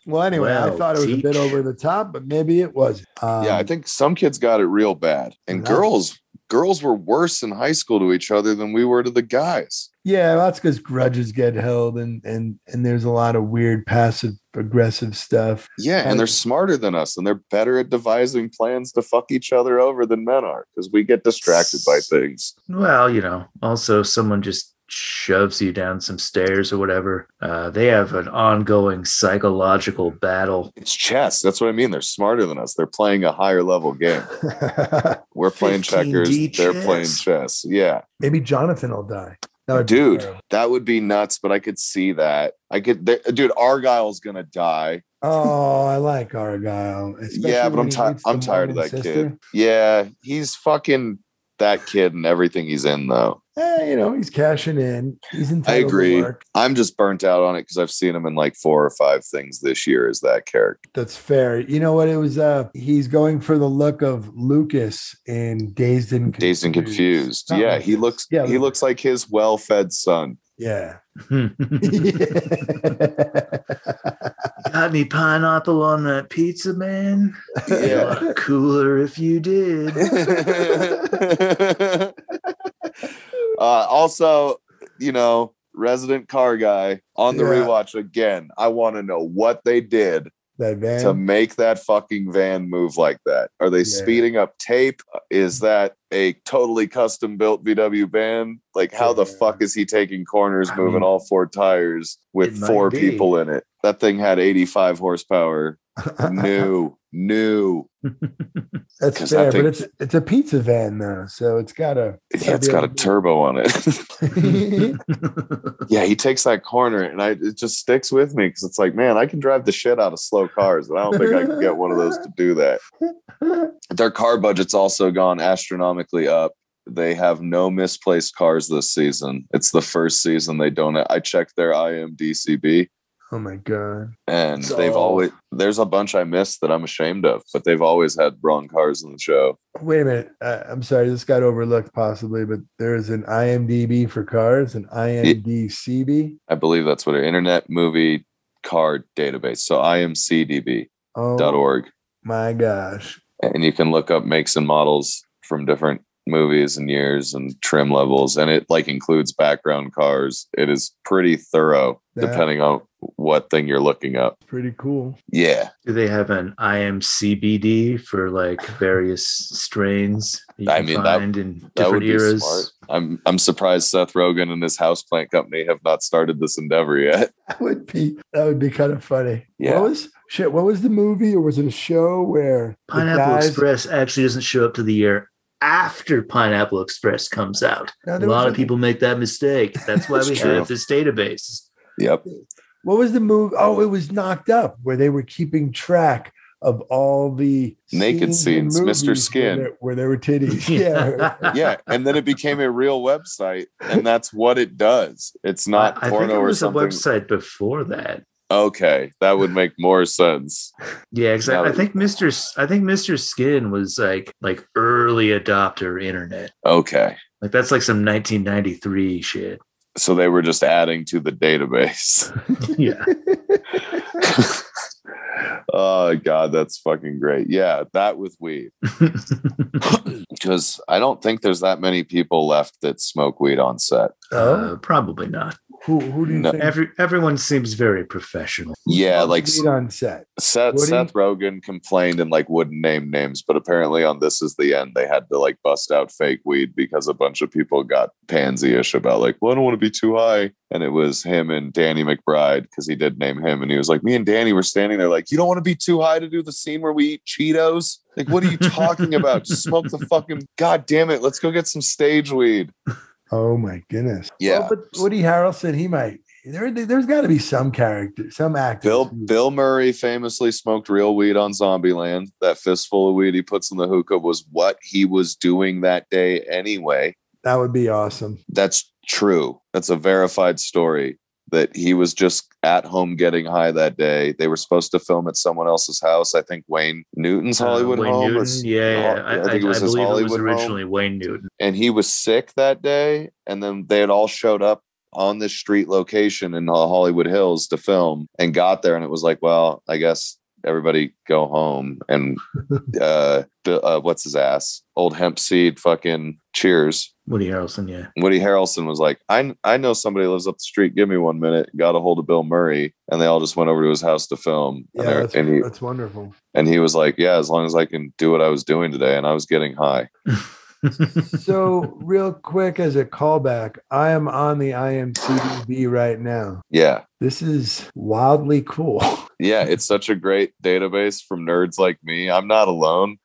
[SPEAKER 7] Well, anyway, I
[SPEAKER 6] Well,
[SPEAKER 7] thought it was a bit
[SPEAKER 6] teach.
[SPEAKER 7] over the top, but maybe it wasn't. Um,
[SPEAKER 5] yeah, I think some kids got it real bad. And
[SPEAKER 7] Yeah.
[SPEAKER 5] girls, girls were worse in high school to each other than we were to the guys.
[SPEAKER 7] yeah, that's because grudges get held, and and and there's a lot of weird passive aggressive stuff.
[SPEAKER 5] Yeah,
[SPEAKER 7] Right.
[SPEAKER 5] and they're smarter than us and they're better at devising plans to fuck each other over than men are because we get distracted by things.
[SPEAKER 6] well, you know, also someone just shoves you down some stairs or whatever. Uh, they have an ongoing psychological battle.
[SPEAKER 5] It's chess. That's what I mean. They're smarter than us. They're playing a higher level game. We're playing
[SPEAKER 6] 15D
[SPEAKER 5] checkers. They're
[SPEAKER 6] chess.
[SPEAKER 5] playing chess. Yeah.
[SPEAKER 7] maybe Jonathan will die. That would be
[SPEAKER 5] Dude,
[SPEAKER 7] terrible.
[SPEAKER 5] that would be nuts, but I could see that. I could, there, dude, Argyle's going to die.
[SPEAKER 7] Oh, I like Argyle.
[SPEAKER 5] yeah,
[SPEAKER 7] especially
[SPEAKER 5] but
[SPEAKER 7] when
[SPEAKER 5] I'm,
[SPEAKER 7] he
[SPEAKER 5] tired.
[SPEAKER 7] meets the
[SPEAKER 5] I'm tired of
[SPEAKER 7] Mormon
[SPEAKER 5] that
[SPEAKER 7] sister.
[SPEAKER 5] kid. Yeah. He's fucking that kid and everything he's in, though.
[SPEAKER 7] Eh, you know, he's cashing in. He's entitled to
[SPEAKER 5] agree.
[SPEAKER 7] work.
[SPEAKER 5] I'm just burnt out on it because I've seen him in like four or five things this year as that character.
[SPEAKER 7] That's fair. You know what? It was uh he's going for the look of Lucas in Dazed and
[SPEAKER 5] Dazed and confused.
[SPEAKER 7] Not
[SPEAKER 5] yeah.
[SPEAKER 7] like
[SPEAKER 5] He
[SPEAKER 7] this.
[SPEAKER 5] looks,
[SPEAKER 7] Yeah,
[SPEAKER 5] he
[SPEAKER 7] look-
[SPEAKER 5] looks like his well fed son.
[SPEAKER 7] Yeah.
[SPEAKER 6] Got me pineapple on that pizza, man. Be a lot cooler if you did.
[SPEAKER 5] uh, also, you know, resident car guy on the
[SPEAKER 7] Yeah.
[SPEAKER 5] rewatch again. I want to know what they did
[SPEAKER 7] that van.
[SPEAKER 5] to make that fucking van move like that. Are they
[SPEAKER 7] Yeah.
[SPEAKER 5] speeding up tape? Is that a totally custom built VW van? Like, how the
[SPEAKER 7] Yeah.
[SPEAKER 5] fuck is he taking corners,
[SPEAKER 6] I
[SPEAKER 5] moving
[SPEAKER 6] mean,
[SPEAKER 5] all four tires
[SPEAKER 6] it
[SPEAKER 5] with
[SPEAKER 6] might
[SPEAKER 5] four
[SPEAKER 6] be.
[SPEAKER 5] people in it? That thing had 85 horsepower. new, new.
[SPEAKER 7] That's
[SPEAKER 5] 'cause
[SPEAKER 7] fair,
[SPEAKER 5] I think-
[SPEAKER 7] but it's it's a pizza van though, so it's gotta.
[SPEAKER 5] Yeah, it's got a turbo on it. yeah, he takes that corner, and I it just sticks with me because it's like, man, I can drive the shit out of slow cars, and I don't think I can get one of those to do that. Their car budget's also gone astronomically up. They have no misplaced cars this season. It's the first season they don't. I checked their IMDb,
[SPEAKER 7] oh my god!
[SPEAKER 5] and
[SPEAKER 6] So-
[SPEAKER 5] they've always there's a bunch I missed that I'm ashamed of, but they've always had wrong cars in the show.
[SPEAKER 7] Wait a minute. Uh, I'm sorry, this got overlooked possibly, but there is an IMDb for cars, an IMDCB.
[SPEAKER 5] I believe that's what our Internet Movie Car Database, so imcdb.org.
[SPEAKER 7] Oh my gosh!
[SPEAKER 5] and you can look up makes and models from different movies and years and trim levels and it like includes background cars it is pretty thorough
[SPEAKER 7] Yeah.
[SPEAKER 5] depending on what thing you're looking up
[SPEAKER 7] Pretty cool.
[SPEAKER 5] yeah
[SPEAKER 6] Do they have an IMCBD for like various strains that you
[SPEAKER 5] I
[SPEAKER 6] can
[SPEAKER 5] mean, that-
[SPEAKER 6] find in
[SPEAKER 5] that would
[SPEAKER 6] different
[SPEAKER 5] be
[SPEAKER 6] eras?
[SPEAKER 5] smart i'm i'm surprised seth rogen and his houseplant company have not started this endeavor yet
[SPEAKER 7] That would be that would be kind of funny.
[SPEAKER 5] Yeah.
[SPEAKER 7] What was shit? What was the movie or was it a show where the
[SPEAKER 6] Pineapple
[SPEAKER 7] guys-
[SPEAKER 6] Express actually doesn't show up to the year after Pineapple Express comes out.
[SPEAKER 7] No,
[SPEAKER 6] A
[SPEAKER 7] there was
[SPEAKER 6] lot of
[SPEAKER 7] like-
[SPEAKER 6] people make that mistake. That's why we
[SPEAKER 5] True.
[SPEAKER 6] have this database.
[SPEAKER 5] yep
[SPEAKER 7] What was the movie? Oh, it was Knocked Up, where they were keeping track of all the
[SPEAKER 5] Naked
[SPEAKER 7] in
[SPEAKER 5] scenes, Mr.
[SPEAKER 7] movies where
[SPEAKER 5] Skin.
[SPEAKER 7] there- where there were titties. Yeah,
[SPEAKER 5] yeah and then it became a real website and that's what it does it's not
[SPEAKER 6] I, I think
[SPEAKER 5] porno
[SPEAKER 6] it
[SPEAKER 5] or
[SPEAKER 6] was a
[SPEAKER 5] something
[SPEAKER 6] website before that.
[SPEAKER 5] okay that would make more sense
[SPEAKER 6] Yeah, exactly.
[SPEAKER 5] No.
[SPEAKER 6] I think Mr. S- I think Mr. Skin was like like early adopter internet.
[SPEAKER 5] okay
[SPEAKER 6] Like that's like some 1993 shit.
[SPEAKER 5] so they were just adding to the database
[SPEAKER 6] Yeah.
[SPEAKER 5] oh god that's fucking great yeah that with weed because i don't think there's that many people left that smoke weed on set
[SPEAKER 7] Oh.
[SPEAKER 6] Uh, probably not.
[SPEAKER 7] who who do you
[SPEAKER 5] No.
[SPEAKER 7] think?
[SPEAKER 6] Every everyone seems very professional.
[SPEAKER 5] yeah like
[SPEAKER 7] Meet on set.
[SPEAKER 5] seth,
[SPEAKER 7] Woody?
[SPEAKER 5] seth rogen complained and like wouldn't name names but apparently on this is the end they had to like bust out fake weed because a bunch of people got pansy-ish about like well i don't want to be too high and it was him and danny mcbride because he did name him and he was like me and danny were standing there like you don't want to be too high to do the scene where we eat cheetos like what are you talking about just smoke the fucking god damn it let's go get some stage weed
[SPEAKER 7] Oh my goodness.
[SPEAKER 5] yeah
[SPEAKER 7] Well, but Woody Harrelson, he might. There, there's got to be some character, some actor.
[SPEAKER 5] Bill
[SPEAKER 6] Hmm.
[SPEAKER 5] Bill Murray famously smoked real weed on Zombieland. That fistful of weed he puts in the hookah was what he was doing that day anyway.
[SPEAKER 7] That would be awesome.
[SPEAKER 5] That's true. That's a verified story that he was just at home getting high that day. They were supposed to film at someone else's house. I think Wayne Newton's
[SPEAKER 6] Uh,
[SPEAKER 5] Hollywood
[SPEAKER 6] Wayne
[SPEAKER 5] home.
[SPEAKER 6] Newton.
[SPEAKER 5] is-
[SPEAKER 6] yeah, yeah.
[SPEAKER 5] Hol-
[SPEAKER 6] I, I, I
[SPEAKER 5] his
[SPEAKER 6] believe it was
[SPEAKER 5] home
[SPEAKER 6] originally Wayne Newton.
[SPEAKER 5] and he was sick that day and then they had all showed up on this street location in the hollywood hills to film and got there and it was like well i guess everybody go home and uh, the- uh what's his ass old hemp seed fucking cheers
[SPEAKER 6] Woody Harrelson, yeah.
[SPEAKER 5] Woody Harrelson was like, I, I know somebody lives up the street. Give me one minute. Got a hold of Bill Murray, and they all just went over to his house to film.
[SPEAKER 7] Yeah,
[SPEAKER 5] and, they're-
[SPEAKER 7] that's,
[SPEAKER 5] and he,
[SPEAKER 7] that's wonderful.
[SPEAKER 5] and he was like, Yeah, as long as I can do what I was doing today. And I was getting high.
[SPEAKER 7] so, real quick as a callback, I am on the IMCDB right now.
[SPEAKER 5] Yeah.
[SPEAKER 7] This is wildly cool.
[SPEAKER 5] Yeah, it's such a great database from nerds like me. I'm not alone.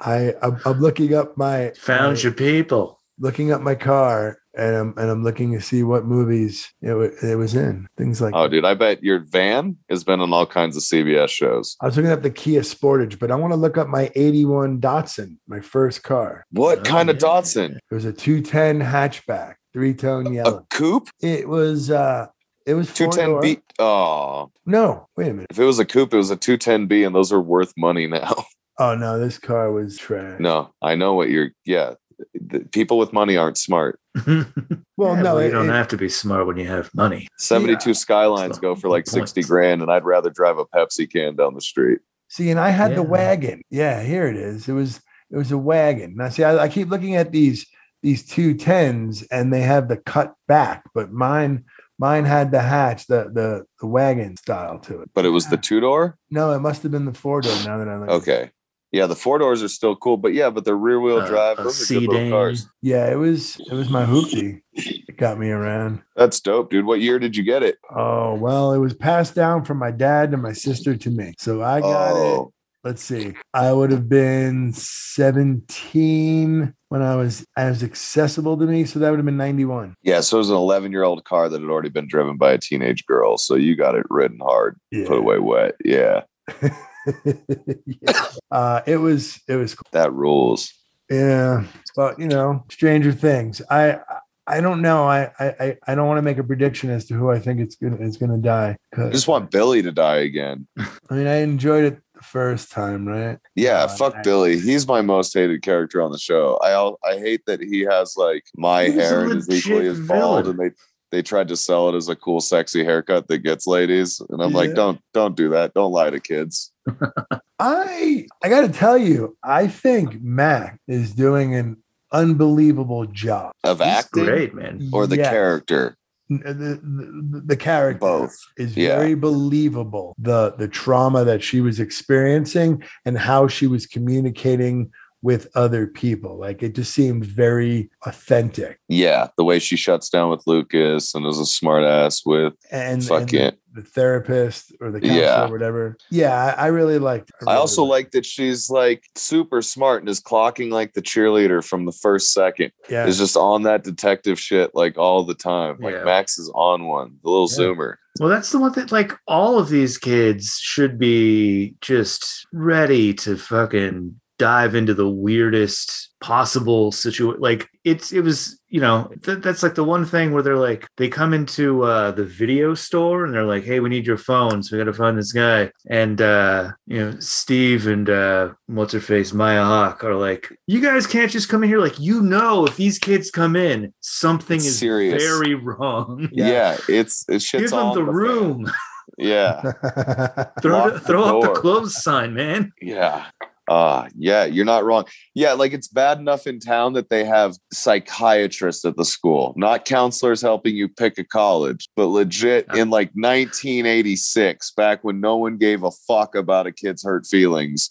[SPEAKER 7] I I'm, I'm looking up my
[SPEAKER 6] Found
[SPEAKER 7] my-
[SPEAKER 6] your people.
[SPEAKER 7] looking up my car and I'm and I'm looking to see what movies it, w- it was in things like
[SPEAKER 5] Oh, dude, I bet your van has been on all kinds of CBS shows.
[SPEAKER 7] I was looking up the Kia Sportage, but I want to look up my 81 Datsun, my first car.
[SPEAKER 5] What
[SPEAKER 6] Oh,
[SPEAKER 5] kind of
[SPEAKER 6] yeah.
[SPEAKER 5] Dodson?
[SPEAKER 7] It was a 210 hatchback, three tone
[SPEAKER 5] A
[SPEAKER 7] yellow.
[SPEAKER 5] coupe?
[SPEAKER 7] It was uh it was four
[SPEAKER 5] 210
[SPEAKER 7] door.
[SPEAKER 5] B. Oh,
[SPEAKER 7] No, wait a minute.
[SPEAKER 5] if it was a coupe, it was a 210B, and those are worth money now.
[SPEAKER 7] Oh no, this car was trash.
[SPEAKER 5] no, I know what you're. Yeah, the, people with money aren't smart.
[SPEAKER 7] Well,
[SPEAKER 6] Yeah,
[SPEAKER 7] no,
[SPEAKER 6] you
[SPEAKER 7] it-
[SPEAKER 6] don't
[SPEAKER 7] it-
[SPEAKER 6] have to be smart when you have money.
[SPEAKER 5] 72 Skylines
[SPEAKER 6] So,
[SPEAKER 5] go for like
[SPEAKER 6] good
[SPEAKER 5] 60
[SPEAKER 6] point.
[SPEAKER 5] grand, and I'd rather drive a Pepsi can down the street.
[SPEAKER 7] See, and I had the
[SPEAKER 6] Yeah.
[SPEAKER 7] wagon. Yeah, here it is. It was it was a wagon. Now, see, I, I keep looking at these these two tens, and they have the cut back, but mine mine had the hatch, the the the wagon style to it.
[SPEAKER 5] But it was the two door?
[SPEAKER 7] No, it must have been the four door. Now that I look. at it.
[SPEAKER 5] Okay. Yeah, the four doors are still cool, but yeah, but the rear wheel
[SPEAKER 6] Uh,
[SPEAKER 5] drive,
[SPEAKER 6] a
[SPEAKER 5] those are good
[SPEAKER 6] sedan.
[SPEAKER 5] little cars.
[SPEAKER 7] Yeah, it was it was my hoopty. It got me around.
[SPEAKER 5] That's dope, dude. What year did you get it?
[SPEAKER 7] Oh well, it was passed down from my dad to my sister to me. So I got it.
[SPEAKER 5] oh,
[SPEAKER 7] let's see i would have been 17 when i was i was accessible to me so that would have been 91
[SPEAKER 5] yeah. So it was an 11 year old car that had already been driven by a teenage girl. So you got it ridden hard,
[SPEAKER 7] yeah.
[SPEAKER 5] put away wet. Yeah,
[SPEAKER 7] Yeah. uh it was it was cool.
[SPEAKER 5] that rules.
[SPEAKER 7] yeah but you know stranger things i i don't know i I- i i don't want to make a prediction as to who i think it's gonna is gonna die
[SPEAKER 5] I
[SPEAKER 7] 'cause-
[SPEAKER 5] just want Billy to die again.
[SPEAKER 7] i mean i enjoyed it the first time right
[SPEAKER 5] Yeah,
[SPEAKER 7] Uh,
[SPEAKER 5] fuck
[SPEAKER 7] I-
[SPEAKER 5] Billy. He's my most hated character on the show. I al- I hate that he has like my
[SPEAKER 6] He's a
[SPEAKER 5] hair and is equally
[SPEAKER 6] legit
[SPEAKER 5] as bald,
[SPEAKER 6] villain.
[SPEAKER 5] and they they tried to sell it as a cool, sexy haircut that gets ladies. And I'm
[SPEAKER 7] Yeah.
[SPEAKER 5] like, don't don't do that. Don't lie to kids.
[SPEAKER 7] I I gotta tell you, I think Mac is doing an unbelievable job.
[SPEAKER 5] Of
[SPEAKER 6] He's
[SPEAKER 5] acting
[SPEAKER 6] great, man.
[SPEAKER 5] or the
[SPEAKER 7] Yes.
[SPEAKER 5] character.
[SPEAKER 7] N- the, the, the character
[SPEAKER 5] Both.
[SPEAKER 7] is
[SPEAKER 5] Yeah.
[SPEAKER 7] very believable. The the trauma that she was experiencing and how she was communicating with other people, like it just seemed very authentic.
[SPEAKER 5] Yeah, the way she shuts down with Lucas and is a smart ass with.
[SPEAKER 7] And,
[SPEAKER 5] Fuck
[SPEAKER 7] and the-
[SPEAKER 5] it.
[SPEAKER 7] the therapist or the counselor,
[SPEAKER 5] Yeah.
[SPEAKER 7] or whatever. Yeah, I, I really liked.
[SPEAKER 5] I
[SPEAKER 7] really
[SPEAKER 5] also
[SPEAKER 7] liked-
[SPEAKER 5] like that she's like super smart and is clocking like the cheerleader from the first second.
[SPEAKER 7] Yeah,
[SPEAKER 5] is just on that detective shit like all the time. Like
[SPEAKER 6] Yeah.
[SPEAKER 5] Max is on one, the little
[SPEAKER 7] Yeah.
[SPEAKER 5] zoomer.
[SPEAKER 6] Well, that's the one that like all of these kids should be just ready to fucking dive into the weirdest possible situation. Like it's it was you know th- that's like the one thing where they're like they come into uh, the video store and they're like, hey, we need your phone, so we got to find this guy. And uh, you know Steve and uh, what's her face Maya Hawk are like, you guys can't just come in here. Like you know, if these kids come in, something
[SPEAKER 5] It's
[SPEAKER 6] is
[SPEAKER 5] serious.
[SPEAKER 6] very wrong.
[SPEAKER 5] Yeah, it's it shit's
[SPEAKER 6] Give them
[SPEAKER 5] on
[SPEAKER 6] the
[SPEAKER 5] fan.
[SPEAKER 6] room.
[SPEAKER 5] Yeah,
[SPEAKER 6] Throw,
[SPEAKER 5] Lock the
[SPEAKER 6] throw up the
[SPEAKER 5] door.
[SPEAKER 6] close sign, man.
[SPEAKER 5] yeah. Uh yeah, you're not wrong. Yeah, like it's bad enough in town that they have psychiatrists at the school, not counselors helping you pick a college, but legit in like 1986, back when no one gave a fuck about a kid's hurt feelings,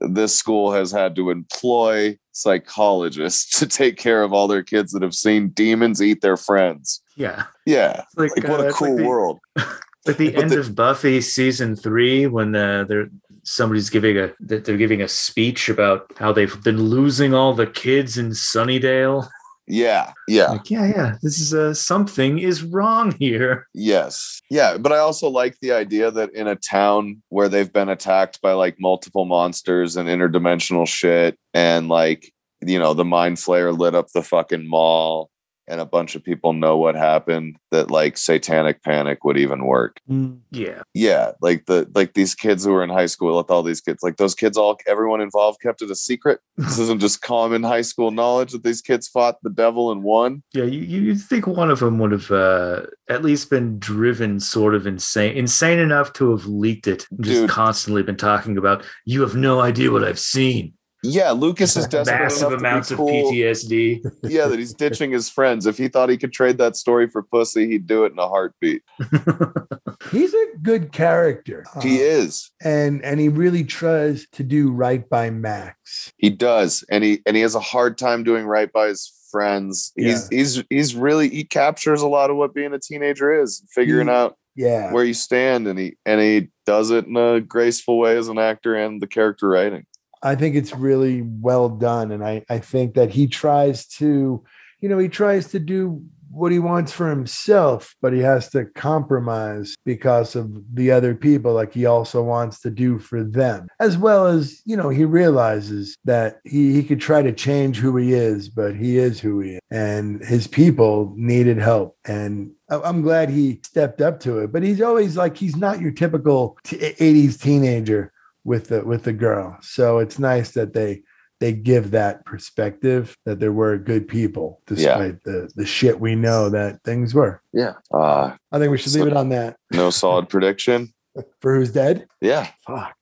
[SPEAKER 5] this school has had to employ psychologists to take care of all their kids that have seen demons eat their friends.
[SPEAKER 6] Yeah.
[SPEAKER 5] Yeah.
[SPEAKER 6] It's Like,
[SPEAKER 5] Like, what
[SPEAKER 6] uh,
[SPEAKER 5] a
[SPEAKER 6] it's
[SPEAKER 5] cool
[SPEAKER 6] like the,
[SPEAKER 5] world.
[SPEAKER 6] Like the
[SPEAKER 5] But
[SPEAKER 6] end
[SPEAKER 5] the-
[SPEAKER 6] of Buffy season three, when uh, they're somebody's giving a that they're giving a speech about how they've been losing all the kids in Sunnydale.
[SPEAKER 5] Yeah. Yeah.
[SPEAKER 6] Like, yeah, yeah. This is uh, something is wrong here.
[SPEAKER 5] Yes. Yeah. But I also like the idea that in a town where they've been attacked by like multiple monsters and interdimensional shit, and like, you know, the mind flayer lit up the fucking mall and a bunch of people know what happened, that like satanic panic would even work.
[SPEAKER 6] Mm. Yeah.
[SPEAKER 5] yeah like the like these kids who were in high school with all these kids like those kids all everyone involved kept it a secret this isn't just common high school knowledge that these kids fought the devil and won
[SPEAKER 6] Yeah, you you- you'd think one of them would have uh, at least been driven sort of insane, insane enough to have leaked it, just
[SPEAKER 5] Dude.
[SPEAKER 6] constantly been talking about. You have no idea what I've seen.
[SPEAKER 5] yeah lucas is desperate
[SPEAKER 6] Massive
[SPEAKER 5] enough to be
[SPEAKER 6] amounts of
[SPEAKER 5] cool.
[SPEAKER 6] PTSD.
[SPEAKER 5] yeah that he's ditching his friends if he thought he could trade that story for pussy he'd do it in a heartbeat
[SPEAKER 7] he's a good character.
[SPEAKER 5] he
[SPEAKER 7] Uh,
[SPEAKER 5] is
[SPEAKER 7] and and he really tries to do right by Max.
[SPEAKER 5] he does and he and he has a hard time doing right by his friends he's he's he's really he captures a lot of what being a teenager is figuring
[SPEAKER 7] He-
[SPEAKER 5] out
[SPEAKER 7] Yeah,
[SPEAKER 5] where you stand and he and he does it in a graceful way as an actor and the character writing
[SPEAKER 7] I think it's really well done, and I I think that he tries to, you know, he tries to do what he wants for himself, but he has to compromise because of the other people. Like he also wants to do for them, as well as you know, he realizes that he he could try to change who he is, but he is who he is, and his people needed help, and I- I'm glad he stepped up to it. But he's always like he's not your typical t- '80s teenager with the with the girl. So it's nice that they they give that perspective that there were good people despite the the shit we know that things were.
[SPEAKER 5] Yeah. Uh,
[SPEAKER 7] I think we should leave it on that
[SPEAKER 5] no solid prediction.
[SPEAKER 7] for who's dead.
[SPEAKER 5] Yeah.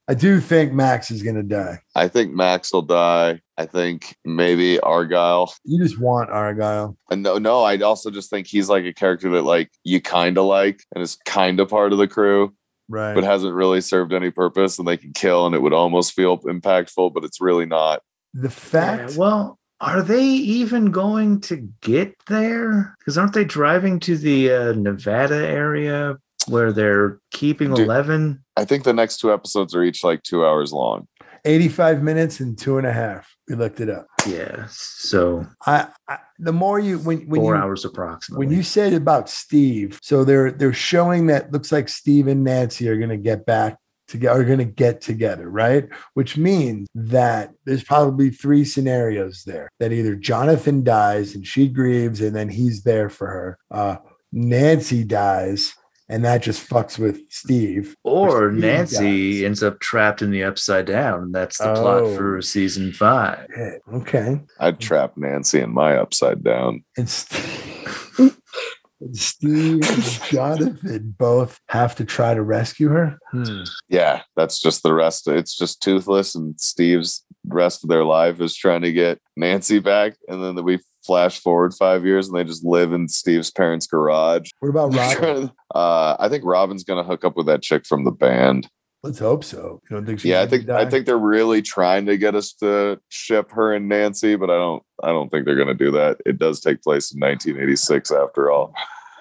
[SPEAKER 7] I do think Max is gonna die.
[SPEAKER 5] I think Max will die. I think maybe Argyle.
[SPEAKER 7] You just want Argyle.
[SPEAKER 5] And no, no, I also just think he's like a character that like you kind of like and is kind of part of the crew,
[SPEAKER 7] Right.
[SPEAKER 5] but hasn't really served any purpose. And they can kill, and it would almost feel impactful, but it's really not.
[SPEAKER 7] the
[SPEAKER 6] Yeah,
[SPEAKER 7] fact
[SPEAKER 6] well, are they even going to get there? Because aren't they driving to the uh, Nevada area where they're keeping
[SPEAKER 5] Dude.
[SPEAKER 6] eleven?
[SPEAKER 5] I think the next two episodes are each like two hours long.
[SPEAKER 7] 85 minutes and two and a half. We looked it up.
[SPEAKER 6] Yeah, so
[SPEAKER 7] I, I the more you when when
[SPEAKER 6] four
[SPEAKER 7] you
[SPEAKER 6] hours approximately.
[SPEAKER 7] when you said about Steve, so they're they're showing that looks like Steve and Nancy are gonna get back together, are gonna get together, right? Which means that there's probably three scenarios there that either Jonathan dies and she grieves and then he's there for her. Uh Nancy dies and that just fucks with Steve.
[SPEAKER 6] or
[SPEAKER 7] Steve
[SPEAKER 6] Nancy
[SPEAKER 7] dies.
[SPEAKER 6] ends up trapped in the upside down. That's the plot
[SPEAKER 7] Oh.
[SPEAKER 6] for season five.
[SPEAKER 7] Yeah, Eh, Okay.
[SPEAKER 5] I'd trap Nancy in my upside down.
[SPEAKER 7] and Steve, Steve and Jonathan both have to try to rescue her.
[SPEAKER 6] Hmm.
[SPEAKER 5] Yeah, that's just the rest. It's just Toothless and Steve's rest of their life is trying to get Nancy back. And then we flash forward five years and they just live in Steve's parents' garage.
[SPEAKER 7] What about Robin?
[SPEAKER 5] uh, I think Robin's going to hook up with that chick from the band.
[SPEAKER 7] Let's hope so. You don't think she's
[SPEAKER 5] yeah, I
[SPEAKER 7] gonna
[SPEAKER 5] think I
[SPEAKER 7] die?
[SPEAKER 5] think they're really trying to get us to ship her and Nancy, but I don't I don't think they're going to do that. It does take place in 1986 after all.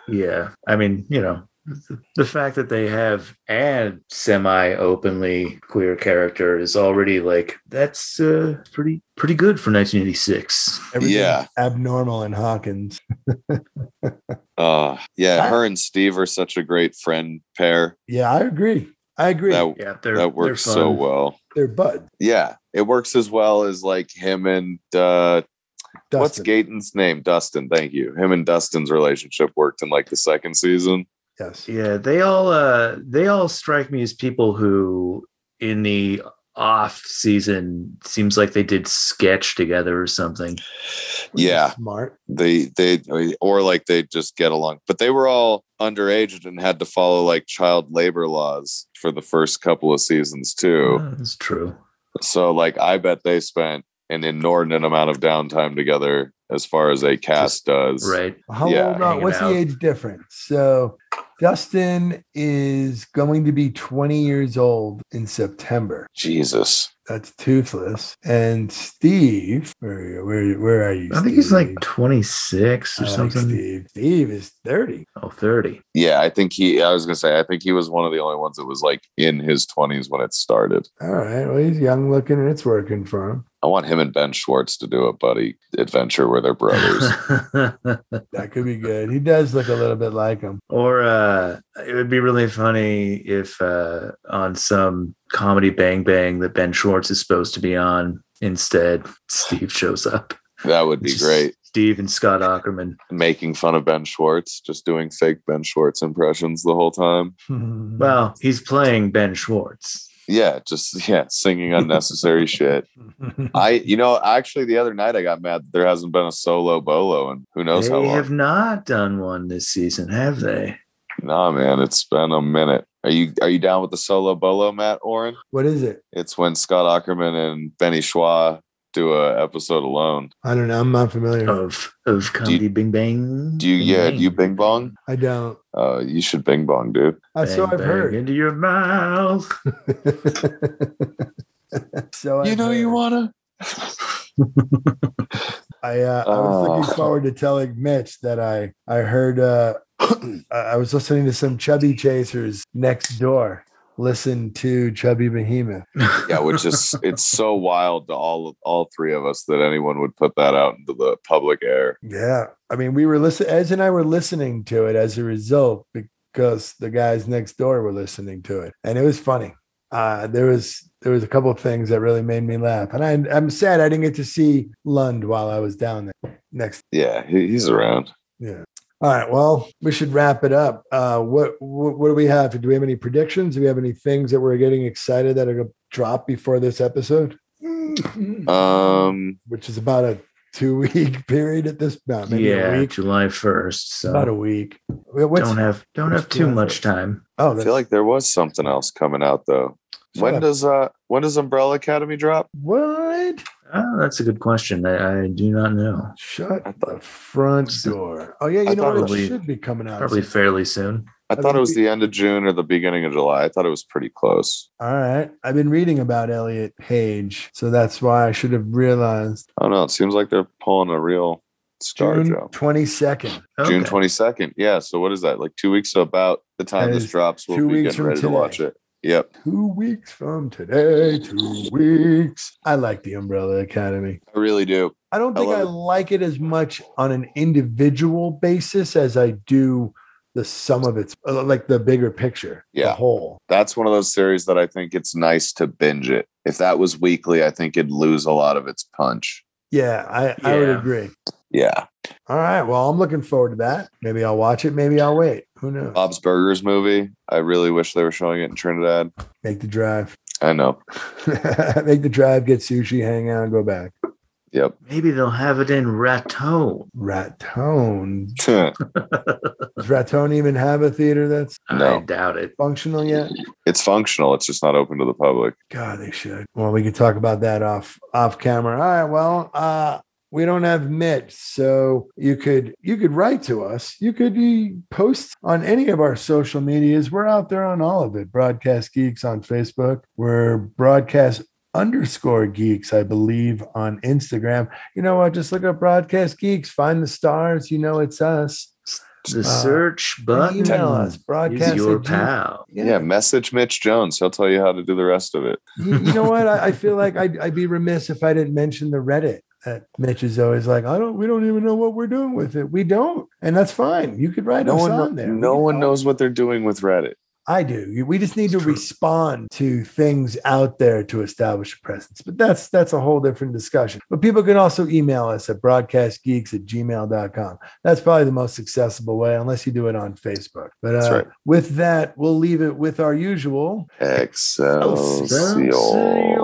[SPEAKER 6] Yeah, I mean, you know, th- the fact that they have a semi-openly queer character is already like that's uh, pretty pretty good for 1986.
[SPEAKER 7] Everything's
[SPEAKER 5] yeah.
[SPEAKER 7] abnormal in Hawkins.
[SPEAKER 5] Uh yeah,
[SPEAKER 7] I-
[SPEAKER 5] her and Steve are such a great friend pair.
[SPEAKER 7] Yeah, I agree. I agree.
[SPEAKER 5] That
[SPEAKER 6] Yeah, they're, they're
[SPEAKER 5] that works so
[SPEAKER 6] fun.
[SPEAKER 5] well.
[SPEAKER 7] They're bud.
[SPEAKER 5] Yeah, it works as well as like him and uh what's
[SPEAKER 7] Dustin.
[SPEAKER 5] Gaten's name? Dustin. Thank you. Him and Dustin's relationship worked in like the second season.
[SPEAKER 7] Yes.
[SPEAKER 6] Yeah, they all uh they all strike me as people who in the off season seems like they did sketch together or something.
[SPEAKER 5] Yeah.
[SPEAKER 7] Smart.
[SPEAKER 5] they they or like they just get along but they were all underage and had to follow like child labor laws for the first couple of seasons too
[SPEAKER 6] Uh, That's true.
[SPEAKER 5] so like i bet they spent an inordinate amount of downtime together as far as a cast does
[SPEAKER 6] Right.
[SPEAKER 7] How
[SPEAKER 5] Yeah,
[SPEAKER 7] old are,
[SPEAKER 6] hanging
[SPEAKER 7] what's
[SPEAKER 6] out.
[SPEAKER 7] the age difference? So Dustin is going to be 20 years old in September.
[SPEAKER 5] jesus
[SPEAKER 7] That's toothless. And Steve, where where where are you?
[SPEAKER 6] I think he's
[SPEAKER 7] Steve?
[SPEAKER 6] like 26 or
[SPEAKER 7] I like
[SPEAKER 6] something.
[SPEAKER 7] Steve. Steve is 30.
[SPEAKER 6] Oh, 30.
[SPEAKER 5] yeah i think he i was gonna say i think he was one of the only ones that was like in his 20s when it started
[SPEAKER 7] All right. Well, he's young looking and it's working for him.
[SPEAKER 5] i want him and ben schwartz to do a buddy adventure where they're brothers
[SPEAKER 7] That could be good. He does look a little bit like him.
[SPEAKER 6] Or uh, it would be really funny if uh, on some comedy Bang Bang that Ben Schwartz is supposed to be on, instead Steve shows up.
[SPEAKER 5] that would be
[SPEAKER 6] Just
[SPEAKER 5] great
[SPEAKER 6] Steve and Scott Ackerman.
[SPEAKER 5] making fun of Ben Schwartz, just doing fake Ben Schwartz impressions the whole time.
[SPEAKER 6] Well, he's playing Ben Schwartz.
[SPEAKER 5] Yeah, just yeah, singing unnecessary shit. I, you know, actually the other night I got mad that there hasn't been a solo bolo, and who knows
[SPEAKER 6] they
[SPEAKER 5] how long.
[SPEAKER 6] have not done one this season, have they?
[SPEAKER 5] Nah, man, it's been a minute. Are you are you down with the solo bolo, Matt Oren?
[SPEAKER 7] what is it?
[SPEAKER 5] It's when Scott Ackerman and Benny Schwa do a episode alone.
[SPEAKER 7] I don't know. I'm not familiar.
[SPEAKER 6] Of of comedy Bing Bang.
[SPEAKER 5] Do you?
[SPEAKER 6] Bing
[SPEAKER 5] yeah, do
[SPEAKER 6] Bang.
[SPEAKER 5] you bing bong?
[SPEAKER 7] I don't.
[SPEAKER 5] Uh, you should bing bong, dude.
[SPEAKER 7] Uh, so
[SPEAKER 6] Bang,
[SPEAKER 7] I've
[SPEAKER 6] bang
[SPEAKER 7] heard.
[SPEAKER 6] into your mouth.
[SPEAKER 7] so I've
[SPEAKER 5] you know you
[SPEAKER 7] heard.
[SPEAKER 5] wanna.
[SPEAKER 7] I, uh, I was
[SPEAKER 5] Oh.
[SPEAKER 7] looking forward to telling Mitch that I I heard uh, I I was listening to some Chubby Chasers next door. Listen to Chubby Behemoth.
[SPEAKER 5] yeah which is it's so wild to all all three of us that anyone would put that out into the public air
[SPEAKER 7] Yeah. I mean, we were listening, Ez and I were listening to it as a result because the guys next door were listening to it. And it was funny. Uh, there was there was a couple of things that really made me laugh. And I, I'm sad I didn't get to see Lund while I was down there next.
[SPEAKER 5] yeah he, he's around
[SPEAKER 7] Yeah. All right. Well, we should wrap it up. Uh, what, what what do we have? Do we have any predictions? Do we have any things that we're getting excited that are going to drop before this episode?
[SPEAKER 6] Mm,
[SPEAKER 5] Um,
[SPEAKER 7] which is about a two week period at this point. Maybe
[SPEAKER 6] yeah,
[SPEAKER 7] a week.
[SPEAKER 6] July first. So
[SPEAKER 7] About a week. Wait, What's,
[SPEAKER 6] don't have don't
[SPEAKER 7] what's
[SPEAKER 6] have too
[SPEAKER 7] July
[SPEAKER 6] much
[SPEAKER 7] 1st?
[SPEAKER 6] time.
[SPEAKER 7] oh,
[SPEAKER 5] I
[SPEAKER 7] that's,
[SPEAKER 5] feel like there was something else coming out though.
[SPEAKER 7] shut
[SPEAKER 5] when
[SPEAKER 7] up.
[SPEAKER 5] does uh when does Umbrella Academy drop?
[SPEAKER 7] what?
[SPEAKER 6] Oh, that's a good question. I, I do not know.
[SPEAKER 7] Shut
[SPEAKER 5] I
[SPEAKER 7] the
[SPEAKER 5] thought-
[SPEAKER 7] front door. Oh yeah, you
[SPEAKER 5] I
[SPEAKER 7] know what?
[SPEAKER 5] probably-
[SPEAKER 7] it should be coming out.
[SPEAKER 6] Probably fairly soon.
[SPEAKER 5] I,
[SPEAKER 7] I
[SPEAKER 5] thought
[SPEAKER 7] mean,
[SPEAKER 5] it was
[SPEAKER 7] we-
[SPEAKER 5] the end of June or the beginning of July. I thought it was pretty close.
[SPEAKER 7] All right. I've been reading about Elliot Page, so that's why I should have realized
[SPEAKER 5] I don't know. It seems like they're pulling a real star
[SPEAKER 7] June
[SPEAKER 5] job.
[SPEAKER 7] twenty second.
[SPEAKER 5] June
[SPEAKER 6] Okay.
[SPEAKER 5] twenty second. Yeah. So what is that? Like two weeks. So about the time
[SPEAKER 7] That
[SPEAKER 5] this
[SPEAKER 7] is
[SPEAKER 5] drops, we'll
[SPEAKER 7] two
[SPEAKER 5] be getting
[SPEAKER 7] weeks from
[SPEAKER 5] ready to
[SPEAKER 7] today.
[SPEAKER 5] watch it. Yep.
[SPEAKER 7] Two weeks from today. Two weeks. I like the Umbrella Academy.
[SPEAKER 5] I really do.
[SPEAKER 7] I don't
[SPEAKER 5] I
[SPEAKER 7] think I,
[SPEAKER 5] love it.
[SPEAKER 7] like it as much on an individual basis as I do the sum of its uh, like the bigger picture, the
[SPEAKER 5] Yeah.
[SPEAKER 7] whole.
[SPEAKER 5] That's one of those series that I think it's nice to binge it. If that was weekly, I think it'd lose a lot of its punch.
[SPEAKER 7] Yeah, I, I would
[SPEAKER 6] Yeah.
[SPEAKER 7] agree.
[SPEAKER 5] Yeah.
[SPEAKER 7] All right. Well, I'm looking forward to that. Maybe I'll watch it. Maybe I'll wait. Who knows?
[SPEAKER 5] Bob's Burgers movie. I really wish they were showing it in Trinidad.
[SPEAKER 7] Make the drive.
[SPEAKER 5] I know.
[SPEAKER 7] Make the drive. Get sushi. Hang out. Go back.
[SPEAKER 5] Yep.
[SPEAKER 6] Maybe they'll have it in Raton.
[SPEAKER 7] Ratone.
[SPEAKER 5] no.
[SPEAKER 7] Does Ratone even have a theater that's
[SPEAKER 6] I doubt it.
[SPEAKER 7] functional yet?
[SPEAKER 5] It's functional. It's just not open to the public.
[SPEAKER 7] God, they should. Well, we could talk about that off off camera. All right. Well, uh, we don't have Mitch, so you could you could write to us. You could uh, post on any of our social medias. We're out there on all of it. Broadcast Geeks on Facebook. We're broadcast underscore geeks, I believe, on Instagram. You know what? Just look up Broadcast Geeks. Find the stars. You know it's us.
[SPEAKER 6] The
[SPEAKER 7] Uh,
[SPEAKER 6] search button
[SPEAKER 7] Email us.
[SPEAKER 6] is
[SPEAKER 7] Broadcast
[SPEAKER 6] your
[SPEAKER 7] at G-
[SPEAKER 6] pal.
[SPEAKER 5] Yeah. message Mitch Jones. He'll tell you how to do the rest of it.
[SPEAKER 7] you, you know what? I, I feel like I'd, I'd be remiss if I didn't mention the Reddit that Mitch is always like, I don't, we don't even know what we're doing with it. We don't, and that's fine. You could write
[SPEAKER 5] No
[SPEAKER 7] us
[SPEAKER 5] one, kno-
[SPEAKER 7] on there.
[SPEAKER 5] no
[SPEAKER 7] We-
[SPEAKER 5] one knows what they're doing with Reddit.
[SPEAKER 7] I do. You- We just need
[SPEAKER 6] It's
[SPEAKER 7] to
[SPEAKER 6] true.
[SPEAKER 7] respond to things out there to establish a presence. But that's that's a whole different discussion. But people can also email us at broadcastgeeks at gmail.com. That's probably the most accessible way, unless you do it on Facebook. But
[SPEAKER 5] That's
[SPEAKER 7] uh,
[SPEAKER 5] right.
[SPEAKER 7] with that, we'll leave it with our usual
[SPEAKER 5] Excelsior.